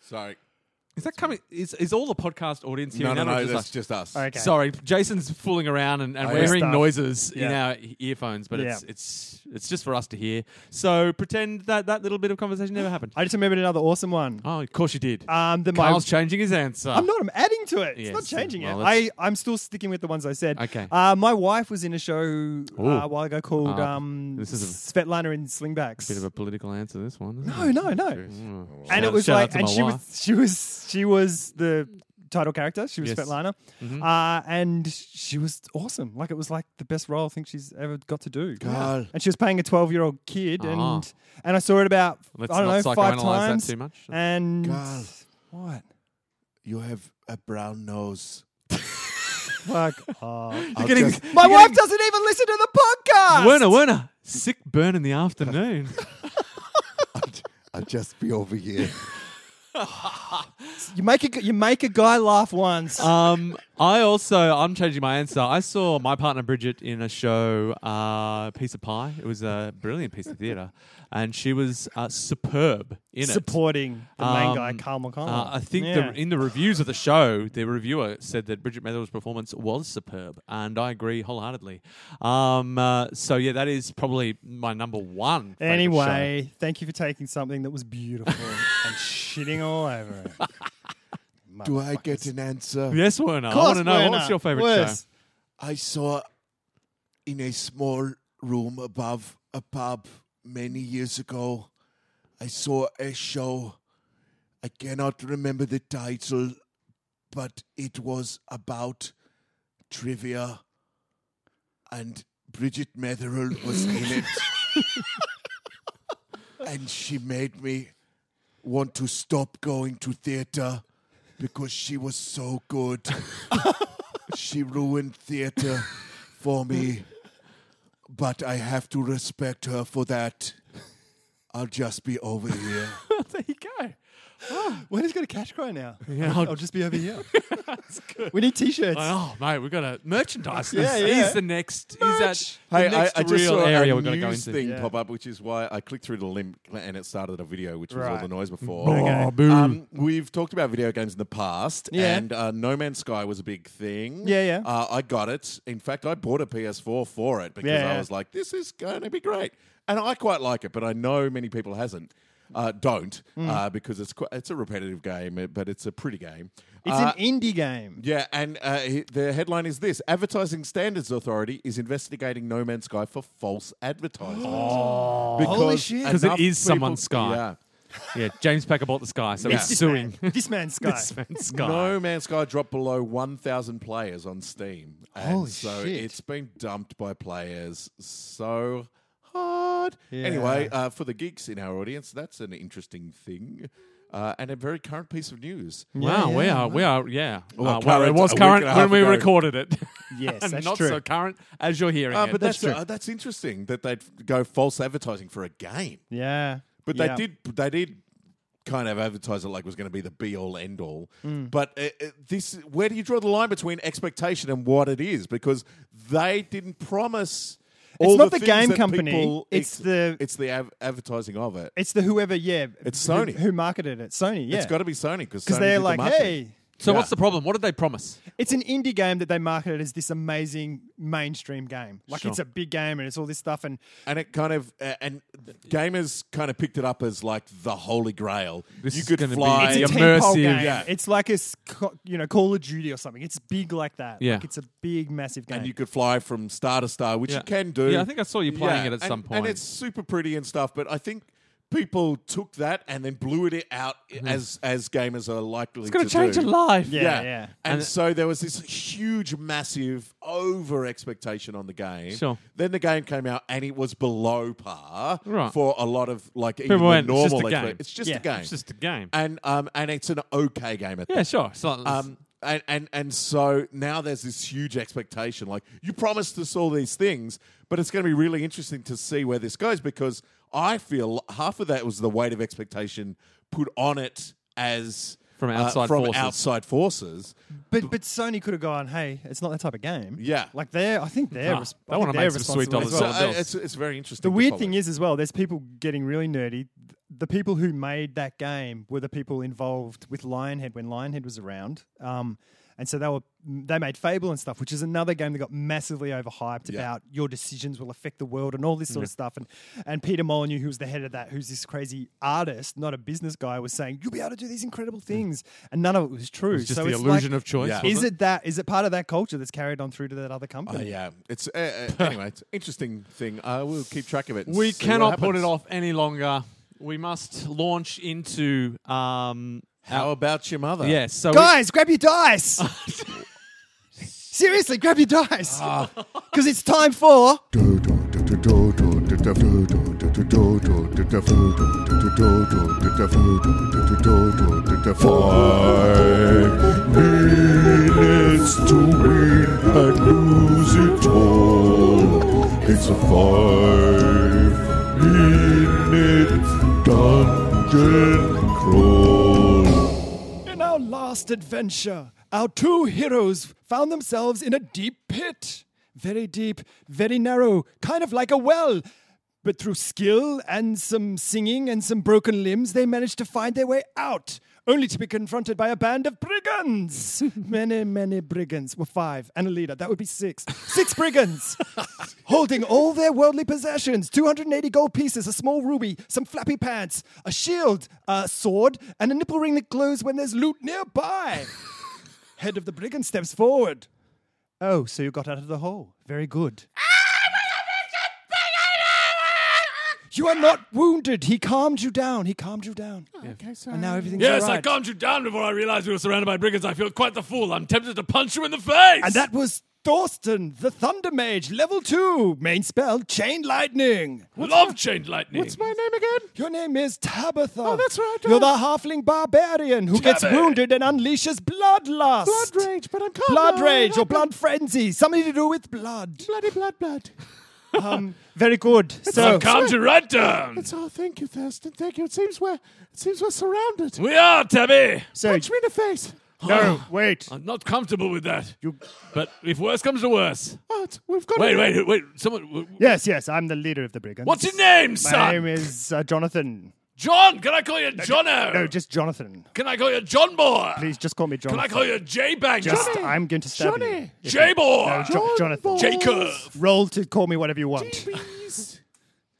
Sorry. Is that coming? Is is all the podcast audience here? No, no, now, or no. just That's us? just us. Okay. Sorry, Jason's fooling around and, and Oh, we're yeah. hearing Stuff. noises in Yeah. our e- earphones, but it's Yeah. it's it's just for us to hear. So pretend that that little bit of conversation never happened. I just remembered another awesome one. oh, of course you did. Um, that my Carl's changing his answer. I'm not. I'm adding to it. Yes, It's not changing well, it. that's- I I'm still sticking with the ones I said. Okay. Uh, my wife was in a show uh, Ooh. a while ago called Ah, um, this is a- Svetlana in Slingbacks. Bit of a political answer, this one. isn't no, it? no, no. Mm. And Shout- it was shout out like, to and my she wife. was, she was, she was the title character. She was Yes. Mm-hmm. Svetlana, uh, and she was awesome. Like it was like the best role I think she's ever got to do. God. And she was playing a twelve-year-old kid, Ah. and and I saw it about Let's I don't know five not psychoanalyze times. that too much. And God. what? You have a brown nose. Fuck. off. I'll getting- just- My wife doesn't even listen to the podcast. Werner, Werner, sick burn in the afternoon. I'll just be over here. You make a g- you make a guy laugh once. um, I also I'm changing my answer. I saw my partner Bridget in a show, uh, Piece of Pie. It was a brilliant piece of theatre, and she was uh, superb in it. supporting the main Um, guy, Carl McConnell. Uh, I think Yeah. the, in the reviews of the show, the reviewer said that Bridget Medal's performance was superb, and I agree wholeheartedly. Um, uh, so yeah, that is probably my number one. favourite show. Anyway, thank you for taking something that was beautiful and shitting all over it. Do I get an answer? yes, Werner, I want Course, to know Werner. what's your favourite Worse. I saw in a small room above a pub many years ago. I saw a show. I cannot remember the title, but it was about trivia, and Bridget Metherell was in it, and she made me want to stop going to theater because she was so good. she ruined theater for me, but I have to respect her for that. I'll just be over here. there you go. When is going to cash cry now? Yeah, I'll, just be over here. We need t-shirts. Oh mate, we have got to merchandise. This. Yeah, yeah. He's the next. He's that Hey, the next I, I real just saw area a we're going to go news into. thing Yeah. pop up, which is why I clicked through the link and it started a video, which was all Right. the noise before. Oh, boo. Um, we've talked about video games in the past, Yeah. and uh, No Man's Sky was a big thing. Yeah, yeah. Uh, I got it. In fact, I bought a PS4 for it because Yeah, I yeah. was like, "This is going to be great," and I quite like it. But I know many people hasn't. Uh, don't Mm. uh, because it's qu- it's a repetitive game, uh, but it's a pretty game. It's Uh, an indie game. yeah, and uh, he- the headline is this: Advertising Standards Authority is investigating No Man's Sky for false advertising. Oh, Holy shit. 'Cause it is someone's Sky. yeah, James Packer bought the sky, so Yeah. he's suing. This man's Sky. This man's sky. No Man's Sky dropped below 1,000 players on Steam. And Holy so shit. it's been dumped by players so hard. Yeah. Anyway, uh, for the geeks in our audience, that's an interesting thing uh, and a very current piece of news. Uh, Wow, Yeah, we yeah, are, we are, yeah. Well, Uh, well, it current, was a week current and a when half we ago. recorded it. Yes, and that's not true. so current as you're hearing Uh, it. but that's, true. uh, that's interesting that they'd go false advertising for a game. Yeah. But Yeah. they did. They did kind of advertise it like it was going to be the be all end all. Mm. But uh, uh, this, where do you draw the line between expectation and what it is? Because they didn't promise. all not the things game that company, people it's the- it's the av- advertising of it. It's the whoever, yeah. It's who- Sony. Who, marketed it? Sony, yeah. It's got to be Sony because Because they're like, hey, so yeah. what's the problem? What did they promise? it's an indie game that they marketed as this amazing mainstream game. Like Sure. it's a big game and it's all this stuff. And and it kind of uh, and gamers kind of picked it up as like the holy grail. This you is could gonna be- fly. it's a It's tentpole immersive. game. Yeah. It's like a s- co- you know Call of Duty or something. It's big like that. Yeah. Like it's a big, massive game. and you could fly from star to star, which Yeah. you can do. Yeah, I think I saw you playing it at and- some point. and it's super pretty and stuff. But I think people took that and then blew it out as as gamers are likely Mm. It's going to to change do. your life. Yeah. Yeah, And, so there was this huge, massive over expectation on the game. Sure. Then the game came out and it was below par Right. for a lot of like even People the went, normal. "It's just a expect- game." It's just Yeah, a game. It's just a game. and um and it's an okay game at Yeah, that. sure. It's not, Um, and, and and so now there's this huge expectation. Like you promised us all these things, but it's going to be really interesting to see where this goes because I feel half of that was the weight of expectation put on it as uh, From outside from forces. outside forces. but but Sony could have gone, hey, it's not that type of game. Yeah. Like they're, I think they're. Ah, res- I they think wanna they're make some sweet responsible as dollars So well. Well, uh, Bill's- it's it's very interesting. The weird thing is as well, there's people getting really nerdy. The people who made that game were the people involved with Lionhead when Lionhead was around. Um, and so they were they made Fable and stuff, which is another game that got massively overhyped about your decisions will affect the world and all this sort of stuff. And and Peter Molyneux, who was the head of that, who's this crazy artist, not a business guy, was saying you'll be able to do these incredible things, and none of it was true. it's just so the it's illusion like, of choice. Yeah. Is wasn't it that? Is it part of that culture that's carried on through to that other Uh, company? yeah, it's uh, uh, anyway. It's an interesting thing. Uh, we'll keep track of it. and We see what cannot put happens. it off any longer. We must launch into. Um, How about your mother? yes. So we- Guys, grab your dice. Seriously, grab your dice. Because it's time for. Five minutes to win and lose it all. It's a five minute dungeon crawl. In our last adventure, our two heroes found themselves in a deep pit. Very deep, very narrow, kind of like a well. But through skill and some singing and some broken limbs, they managed to find their way out, only to be confronted by a band of brigands. many, many brigands. Well, five, and a leader. That would be six. Six brigands! holding all their worldly possessions 280 gold pieces, a small ruby, some flappy pants, a shield, a sword, and a nipple ring that glows when there's loot nearby. Head of the brigand steps forward. Oh, so you got out of the hole. Very good. You are not wounded. He calmed you down. He calmed you down. Okay, so and now everything's Yes, all I right. calmed you down before I realized we were surrounded by brigands. I feel quite the fool. I'm tempted to punch you in the face. And that was Thorsten, the Thunder Mage, level two, main spell, Chain Lightning. love chained lightning. What's my name again? Your name is Tabitha. Oh, that's right, You're the uh, halfling barbarian who gets Tabby. wounded and unleashes bloodlust. Blood rage, but I'm calm. Blood now. rage or I'm blood frenzy. Something to do with blood. Bloody blood, blood. Um, very good. So, I've calmed you right down. It's oh, thank you, Thurston. Thank you. It seems we're it seems we're surrounded. We are, Tabby. Mm. so Punch me in the face. no, wait. I'm not comfortable with that. But if worse comes to worse. Oh, it's- we've got. Wait, a- wait, wait. Someone. Yes, yes, I'm the leader of the brigands. What's your name, My son? name is uh, Jonathan. John. Can I call you Jono? No, just Jonathan. Can I call you John Boy? Please just call me Oh. Can Jonathan. I call you J Banger? just, I'm going to stab you. Johnny. J Boy. No, Jo- John Jonathan. Boy. Jacob. Roll to call me whatever you want. Please.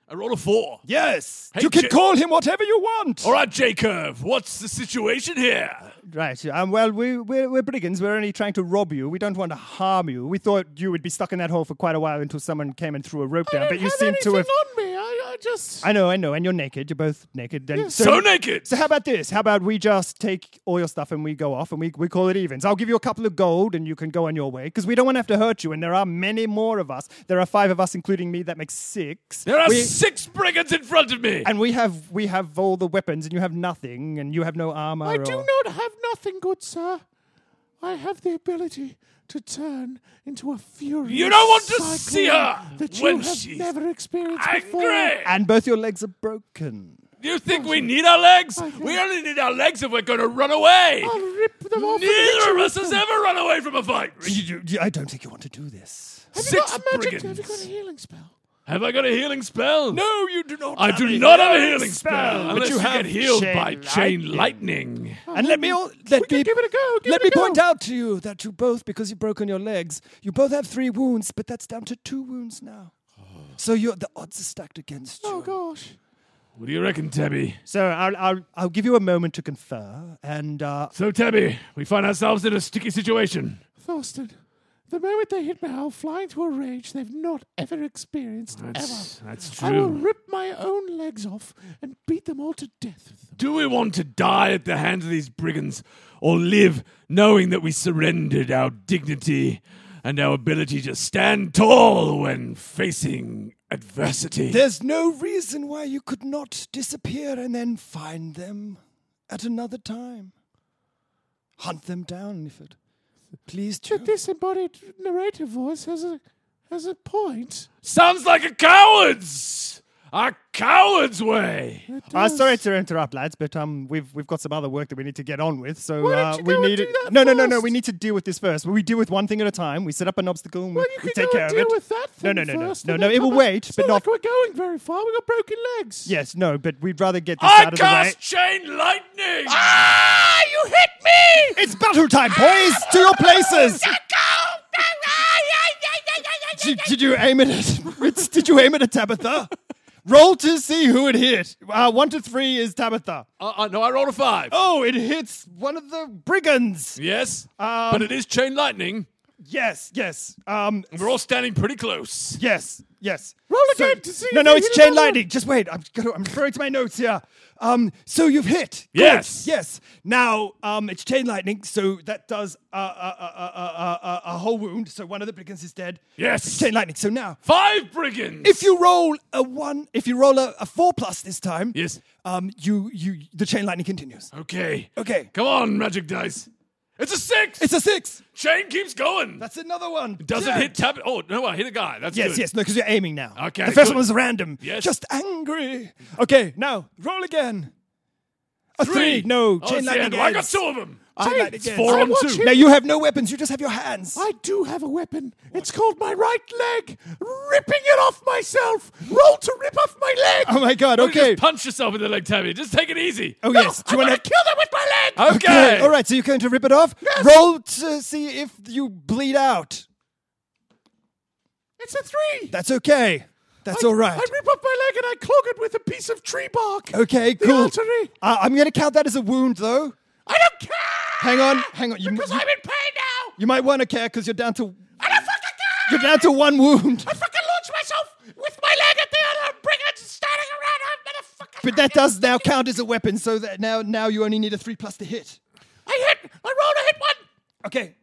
I rolled a four. Yes. Hey, you can J- call him whatever you want. All right, J Curve, what's the situation here? Right. Um, well, we, we're, we're brigands. We're only trying to rob you. We don't want to harm you. We thought you would be stuck in that hole for quite a while until someone came and threw a rope down. But you have seem to anything have. on me. I, I just. I know, I know. And you're naked. You're both naked. And Yes. So, naked. So how about this? How about we just take all your stuff and we go off and we, we call it evens? I'll give you a couple of gold and you can go on your way because we don't want to have to hurt you. And there are many more of us. There are five of us, including me. That makes six. there are We- six brigands in front of me. and we have we have all the weapons and you have nothing and you have no armor. I do or- not have nothing good, sir. I have the ability to turn into a furious. You don't want to cyclone see her that you when have she's never experienced before. Angry! And both your legs are broken. You think we need our legs? I don't- We only need our legs if we're going to run away. I'll rip them off. and hit Neither you of with us has them. ever run away from a fight. You- you- I don't think you want to do this. Have you Six got a magic? Have you got a brigands. healing spell? Have I got a healing spell? No, you do not. I do not have a healing spell. Unless but you have get healed chain by chain lightning. Oh, And let me all, let can me give it a go, give let it a me go. point out to you that you both, because you've broken your legs, you both have three wounds, but that's down to two wounds now. So you're, the odds are stacked against you. Oh gosh. What do you reckon, Tabby? So I'll, I'll I'll give you a moment to confer, and uh, So, Tabby, we find ourselves in a sticky situation. Thorsten, the moment they hit me, I'll fly into a rage they've not ever experienced That's, ever. that's I will true. rip my own legs off and beat them all to death with them. Do we want to die at the hands of these brigands or live knowing that we surrendered our dignity and our ability to stand tall when facing adversity? there's no reason why you could not disappear and then find them at another time. Hunt them down, if it please do. The disembodied narrator voice has a has a point. Sounds like a coward's! A coward's way! Uh, sorry to interrupt, lads, but um, we've we've got some other work that we need to get on with. So Why don't uh, you we go and need do it- that no, no, no, no. first? We need to deal with this first. We deal with one thing at a time. We set up an obstacle. And we, Well, you we can take go care and of deal it. with that No, thing no, no, no, first, no, and no. then It will come back. wait, It's but not. like we're going very far. We've got broken legs. Yes, no, but we'd rather get this I out of the way. cast chain lightning! Ah! You hit me! It's battle time, boys! to your places! did, did you aim it at Ritz? Did you aim it at Tabitha? Roll to see who it hit. Uh, one to three is Tabitha. Uh, uh, no, I rolled a five. Oh, it hits one of the brigands. Yes, Um, but it is chain lightning. Yes, yes. Um, We're all standing pretty close. Yes, yes. Roll again to see No, if no, you it's hit chain another. lightning. Just wait. I'm gonna, I'm referring to my notes here. Um, so you've hit. Good. Yes. yes. Now, um, it's chain lightning, so that does uh, uh, uh, uh, uh, uh, a whole wound. So one of the brigands is dead. Yes. It's chain lightning. So now, Five brigands. if you roll a one, if you roll a, a four plus this time, Yes. um, you you the chain lightning continues. okay, Okay. come on, magic dice. It's a six. It's a six. chain keeps going. That's another one. Doesn't Yeah. hit tab. Oh no, I hit a guy. That's Yes, good. yes, no, because you're aiming now. Okay, The first good. one was random. Yes. Just angry. Okay, now roll again. A three. No, Oh, chain it's the lightning. end. I got ends. two of Chain them. I- lightning. it's ends. four on two. Now you have no weapons. You just have your hands. I do have a weapon. It's called my right leg. Ripping it off myself. Roll to rip off my leg. oh my god. Why don't you Okay. Just punch yourself in the leg, Tabby. Just take it easy. Oh yes. I'm Do you gonna want to? kill them with my leg. Okay. All right. So you're going to rip it off. Roll to see if you bleed out. It's a three. That's okay. That's I- all right. I rip off my leg and I clog it with a piece of tree bark. okay. the Cool. artery. Uh, I'm going to count that as a wound, though. I don't care. Hang on. Hang on. You, Because you, I'm in pain now. you might want to care because you're down to Ah! I don't fucking care. you're down to one wound. I fucking launch myself with my leg at the other brigands standing But that does now count as a weapon, so that now now you only need a three plus to hit. I hit. I rolled. I hit one. Okay.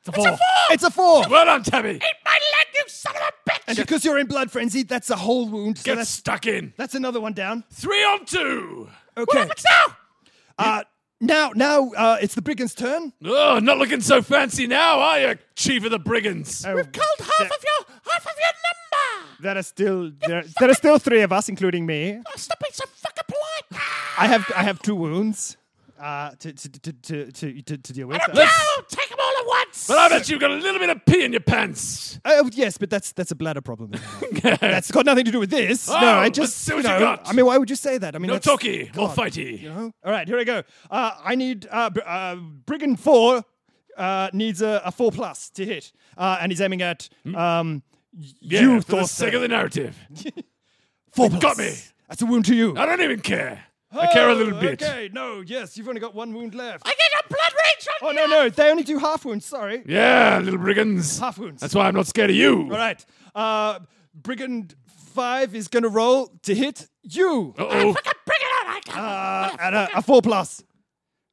It's a four. It's a four. Well done, Tabby. Eat my leg, you son of a bitch. And because you're in blood frenzy, that's a whole wound. So Get that's stuck in. that's another one down. Three on two. Okay. now? Uh, now now uh, it's the brigand's turn. Oh, not looking so fancy now, are you, Chief of the Brigands? We've Called half of your half of your number. There are still there, there are still three of us, including me. Oh, stop being so fucking polite. I have I have two wounds uh, to, to, to, to, to, to, to deal with. Uh, Now take them all at once. But I bet you've got a little bit of pee in your pants. oh, yes, but that's that's a bladder problem. that's got nothing to do with this. Oh, no, I let's just see what you you know, got. I mean, why would you say that? I mean, No that's- talkie, come more on, you fighty. know? All right, here I go. Uh, I need uh, br- uh, brigand four uh, needs a, a four plus to hit, uh, and he's aiming at um, Yeah, you, for the sake Thorsten. of the narrative. Four They've plus. got me. That's a wound to you. I don't even care. I care a little Oh, bit. Okay, no, yes, you've only got one wound left. I get a blood rage on Oh no, no, they only do half wounds. Sorry, Yeah, little brigands. half wounds. That's why I'm not scared of you. All right. Uh, Brigand five is gonna roll to hit you. Uh-oh. Bring it on. I can't. Uh, at a, a four plus.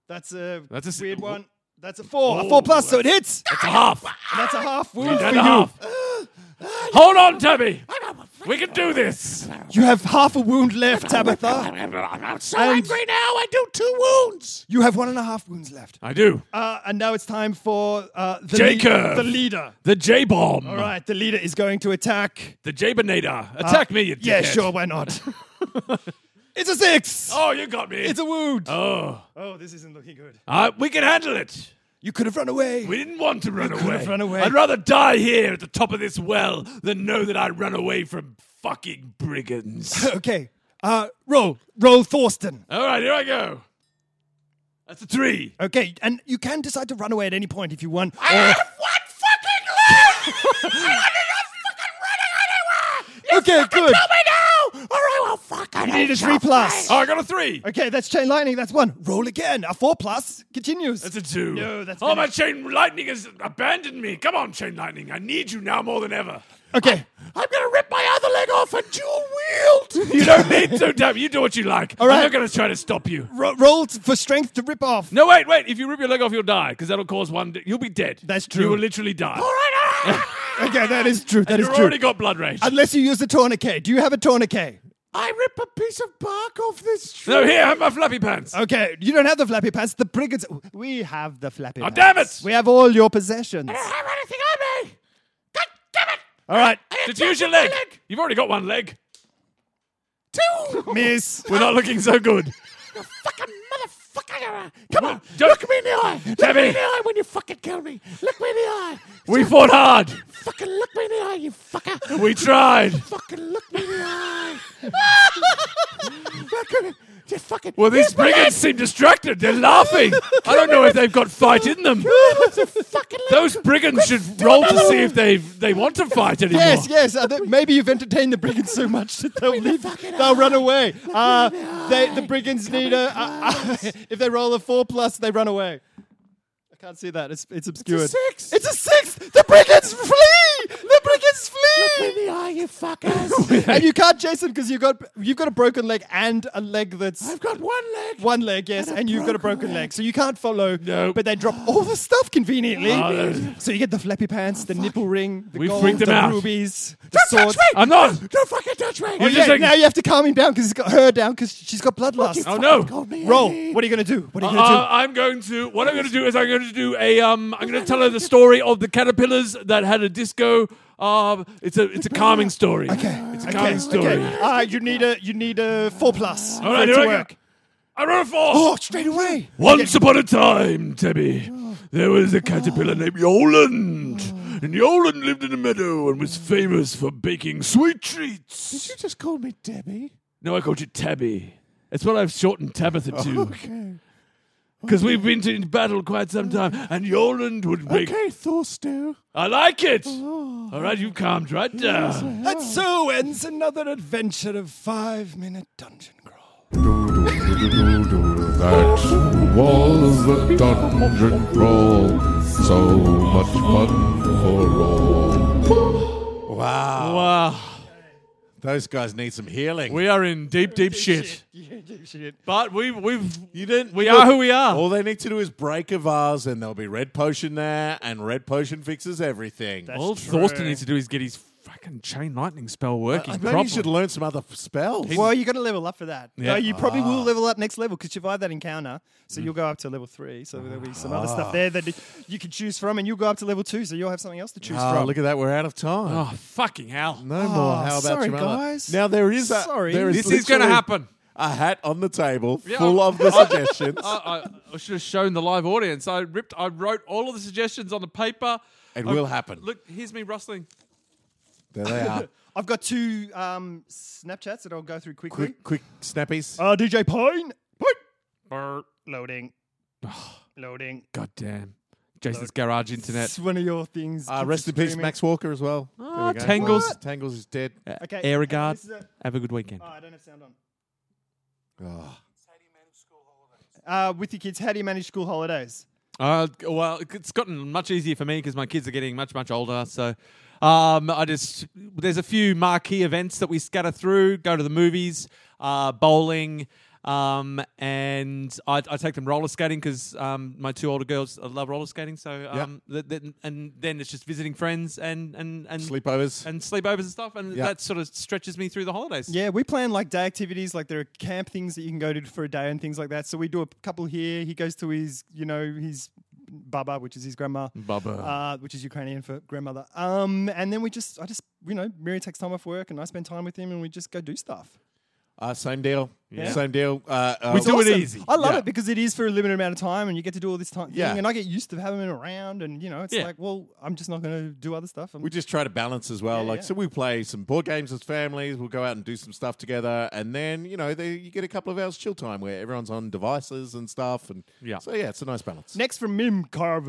That's a That's a s- weird one. That's a four. a Oh, four plus, so it hits. It's a half. And that's a half wound for And you. a half. Hold on, Tabby. We can do this. You have half a wound left, Tabitha. I'm so And- angry now. I do two wounds. You have one and a half wounds left. I do. Uh, and now it's time for uh, the, Jacob. the leader. The J bomb. All right, the leader is going to attack. The J Bonator. Attack me, you dickhead. Yeah, sure, why not? it's a six. Oh, you got me. It's a wound. oh, Oh, this isn't looking good. Uh, we can handle it. You could have run away. We didn't want to run away. have run away. I'd rather die here at the top of this well than know that I ran away from fucking brigands. Okay. Uh, roll, roll, Thorsten. All right, here I go. That's a three. Okay, and you can decide to run away at any point if you want. I have one fucking leg. I am not fucking running anywhere. You okay, good. Tell me now, or I will fucking. You need a three plus. Oh, I got a three. Okay, that's chain lightning. That's one. Roll again. A four plus continues. That's a two. No, that's oh, my finished. chain lightning has abandoned me. Come on, chain lightning. I need you now more than ever. okay. I'm gonna rip my other leg off and dual wield. You don't need to, damn. You do what you like. All right. I'm not gonna try to stop you. Ro- roll t- for strength to rip off. No, wait, wait. If you rip your leg off, you'll die because that'll cause one. You'll be dead. That's true. You will literally die. All Okay, that is true. That is You've true. already got blood rage. Unless you use a tourniquet. Do you have a tourniquet? I rip a piece of bark off this tree. no, here, have my flappy pants. Okay, you don't have the flappy pants. The brigands. We have the flappy Oh, pants. damn it! We have all your possessions. I don't have anything on me. God damn it! All right, Did you use your leg? You've already got one leg. Two miss. We're not looking so good. fucking motherfucker! Come on, Don't- look me in the eye. Look Tabby. me in the eye when you fucking kill me. Look me in the eye. We fought hard. Fucking look me in the eye, you fucker. We tried. fucking look me in the eye. Look at it. Just fucking. Well, these brigands seem distracted. They're laughing. I don't know if they've got fight in them. fucking look. Those brigands should roll to see if they they want to fight anymore. Yes, yes. uh, th- maybe you've entertained the brigands so much that they'll leave. They'll run away. Uh, they, the brigands need a. a- a- if they roll a four plus, they run away. I can't see that. It's it's obscured. six. It's a six. The brigands flee. The brigands flee. Look me in the eye, you fuckers. And you can't chase them because you've got you've got a broken leg and a leg that's I've got one leg. one leg, yes, and, you've got a broken broken leg. so you can't follow. No. But they drop all the stuff conveniently. Oh, those- so you get the flappy pants, the nipple ring, the We gold, freaked them the out. rubies, the Don't swords. Oh, touch me. I'm not. Don't fucking touch me. You're You just Yeah, like- now you have to calm him down because he's got her down because she's got bloodlust. Oh no. called me Roll. Andy. What are you going to do? What are you going to Uh, I'm going to. What I'm going to do is I'm going to do a. Um, I'm going to tell her the story of the caterpillars that had a disco. Um, it's a it's a calming story. Okay, it's a do? calming story. okay. Uh, you need a you need a four plus. All right, for it here to I go. work. I wrote a four. Oh, straight away. Once upon a time, Tebby, there was a caterpillar named Yoland, and Yoland lived in a meadow and was famous for baking sweet treats. just called me Debbie. No, I called you Tabby. It's what I've shortened Tabitha to, Okay. because we've been in battle quite some time, and Yoland would bake Okay, Thorstew. I like it. All right, you calmed right down. And so ends another adventure of five minute dungeon crawl. That was the dungeon crawl. So much fun for all. Wow. Wow. Those guys need some healing. We are in deep, deep shit. Shit. But we've we've you didn't. we are who we are. All they need to do is break a vase, and there'll be red potion there, and red potion fixes everything. That's all true. Thorsten needs to do is get his fucking chain lightning spell working uh, Maybe properly. you should learn some other f- spells. Well, you got to level up for that. Yeah. No, you probably Ah. will level up next level because you have had that encounter, so you'll go up to level three. So there'll be some other Ah. stuff there that you can choose from, and you'll go up to level two, so you'll have something else to choose Ah, from. look at that. We're out of time. Oh Ah, fucking hell! No more. How about sorry, your mother? guys. Now there is a, Sorry. There is This is going to literally happen. A hat on the table, Yeah, Uh, full I- of the suggestions, I, I, I should have shown the live audience. I ripped. I wrote all of the suggestions on the paper. It I- will happen. Look, here's me rustling. There they are. I've got two um, Snapchats that I'll go through quickly. quick, quick snappies. Oh, Uh, DJ Pine. Burr. Loading. Ah. Loading. God damn. Jason's garage internet. It's one of your things. Uh, keeps rest in peace, screaming. Max Walker, as well. There Ah, we go. Tangles. What? Tangles is dead. Oh, Okay. Air regard. This is a- Have a good weekend. Oh, I don't have sound on. Ah. Uh, with your kids, how do you manage school holidays? Uh, well, it's gotten much easier for me because my kids are getting much, much older. So um, I just, there's a few marquee events that we scatter through, go to the movies, uh, bowling. Um, and I, I take them roller skating because um, my two older girls love roller skating. So um, th- th- and then it's just visiting friends and and and Sleepovers. and sleepovers and stuff, and Yeah. that sort of stretches me through the holidays. Yeah, we plan like day activities, like there are camp things that you can go to for a day and things like that. So we do a couple here. He goes to his, you know, his baba, which is his grandma, Bubba. uh, which is Ukrainian for grandmother. Um, and then we just, I just, you know, Mary takes time off work, and I spend time with him, and we just go do stuff. Uh, same deal. Yeah. Same deal. Uh, uh, We do it awesome. easy. I love Yeah. it because it is for a limited amount of time, and you get to do all this time. Yeah. thing, and I get used to having him around, and you know, it's Yeah. like, well, I'm just not going to do other stuff. I'm We just try to balance as well. Yeah, like, yeah. so we play some board games as families. We'll go out and do some stuff together, and then you know, they, you get a couple of hours chill time where everyone's on devices and stuff. And Yeah. so yeah, it's a nice balance. Next from Mim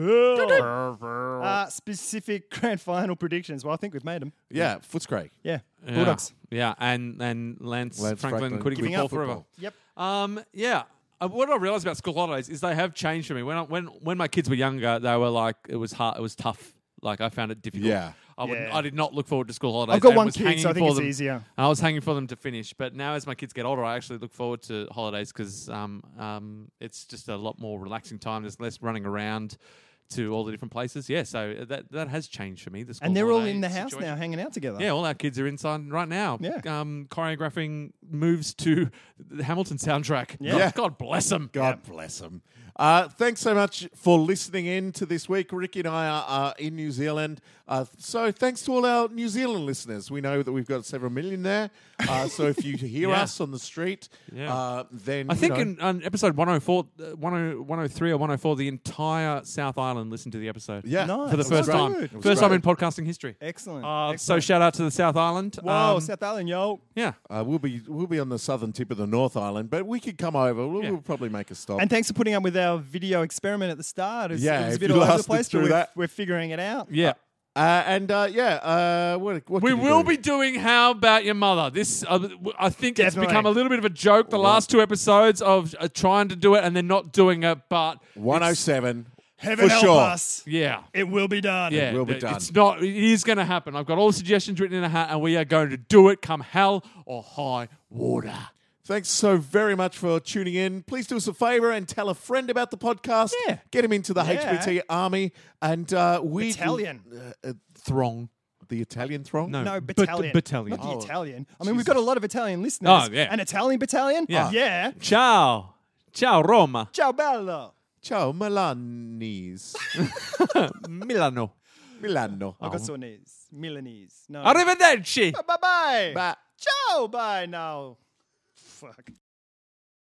Carver. Uh, specific grand final predictions. Well, I think we've made them. yeah, Footscray. Yeah. yeah. Bulldogs. Yeah, and and Lance, Lance Franklin, Franklin quitting quitting football football. forever. Yep. Um, yeah. Uh, What I realized about school holidays is they have changed for me. When I, when when my kids were younger, they were like it was hard, it was tough. Like I found it difficult. Yeah. I would Yeah. I did not look forward to school holidays. I've got and one was kid, hanging so I think for it's them- easier. I was hanging for them to finish, but now as my kids get older, I actually look forward to holidays because um, um, it's just a lot more relaxing time. There's less running around to all the different places. Yeah, so that that has changed for me. The school And they're all holiday in the house situation. now hanging out together. Yeah, all our kids are inside right now. Yeah. Um, choreographing moves to the Hamilton soundtrack. Yeah. Yeah. God bless them. God bless them. Uh, thanks so much for listening in to this week. Ricky and I are, are in New Zealand. Uh, so thanks to all our New Zealand listeners. We know that we've got several million there. Uh, so if you hear Yeah. us on the street, Yeah. uh, then I you think know- in, on episode 104, uh, 10 103 or 104, the entire South Island listened to the episode. yeah, Nice. For the That was first great. time. It First was time great. in podcasting history. Excellent. Uh, so Excellent. shout out to the South Island. Whoa, Um, South Island, yo. Yeah. Uh, we'll be we'll be on the southern tip of the North Island, but we could come over. We'll, Yeah. we'll probably make a stop. And thanks for putting up with our video experiment at the start. It was, Yeah, it was a if bit you all over the lasted place, but through we're, that- we're figuring it out. Yeah. uh, and uh, yeah, uh, what, what We could you will do? be doing "How About Your Mother." This, uh, w- I think, Definitely. it's become a little bit of a joke. The last two episodes of uh, trying to do it and then not doing it, but 107 Heaven for help sure. us. yeah, It will be done. Yeah, will be it- done. It's not. It is going to happen. I've got all the suggestions written in a hat, and we are going to do it, come hell or high water. Thanks so very much for tuning in. Please do us a favor and tell a friend about the podcast. Yeah. Get him into the Yeah. HBT army. And uh, we Italian. uh, uh, Throng. the Italian throng. No, Bat- battalion. battalion. Not the Oh. Italian. I mean, we've got a lot of Italian listeners. Oh, yeah. An Italian battalion? Oh, Yeah. Yeah. Ciao, ciao, Roma, Ciao, bello. Ciao, Milanese. Milano. Milano. Oh. I've got Oh. sore knees. Milanese. No. Arrivederci. Bye-bye. Bye. Ciao. Bye now. Fuck.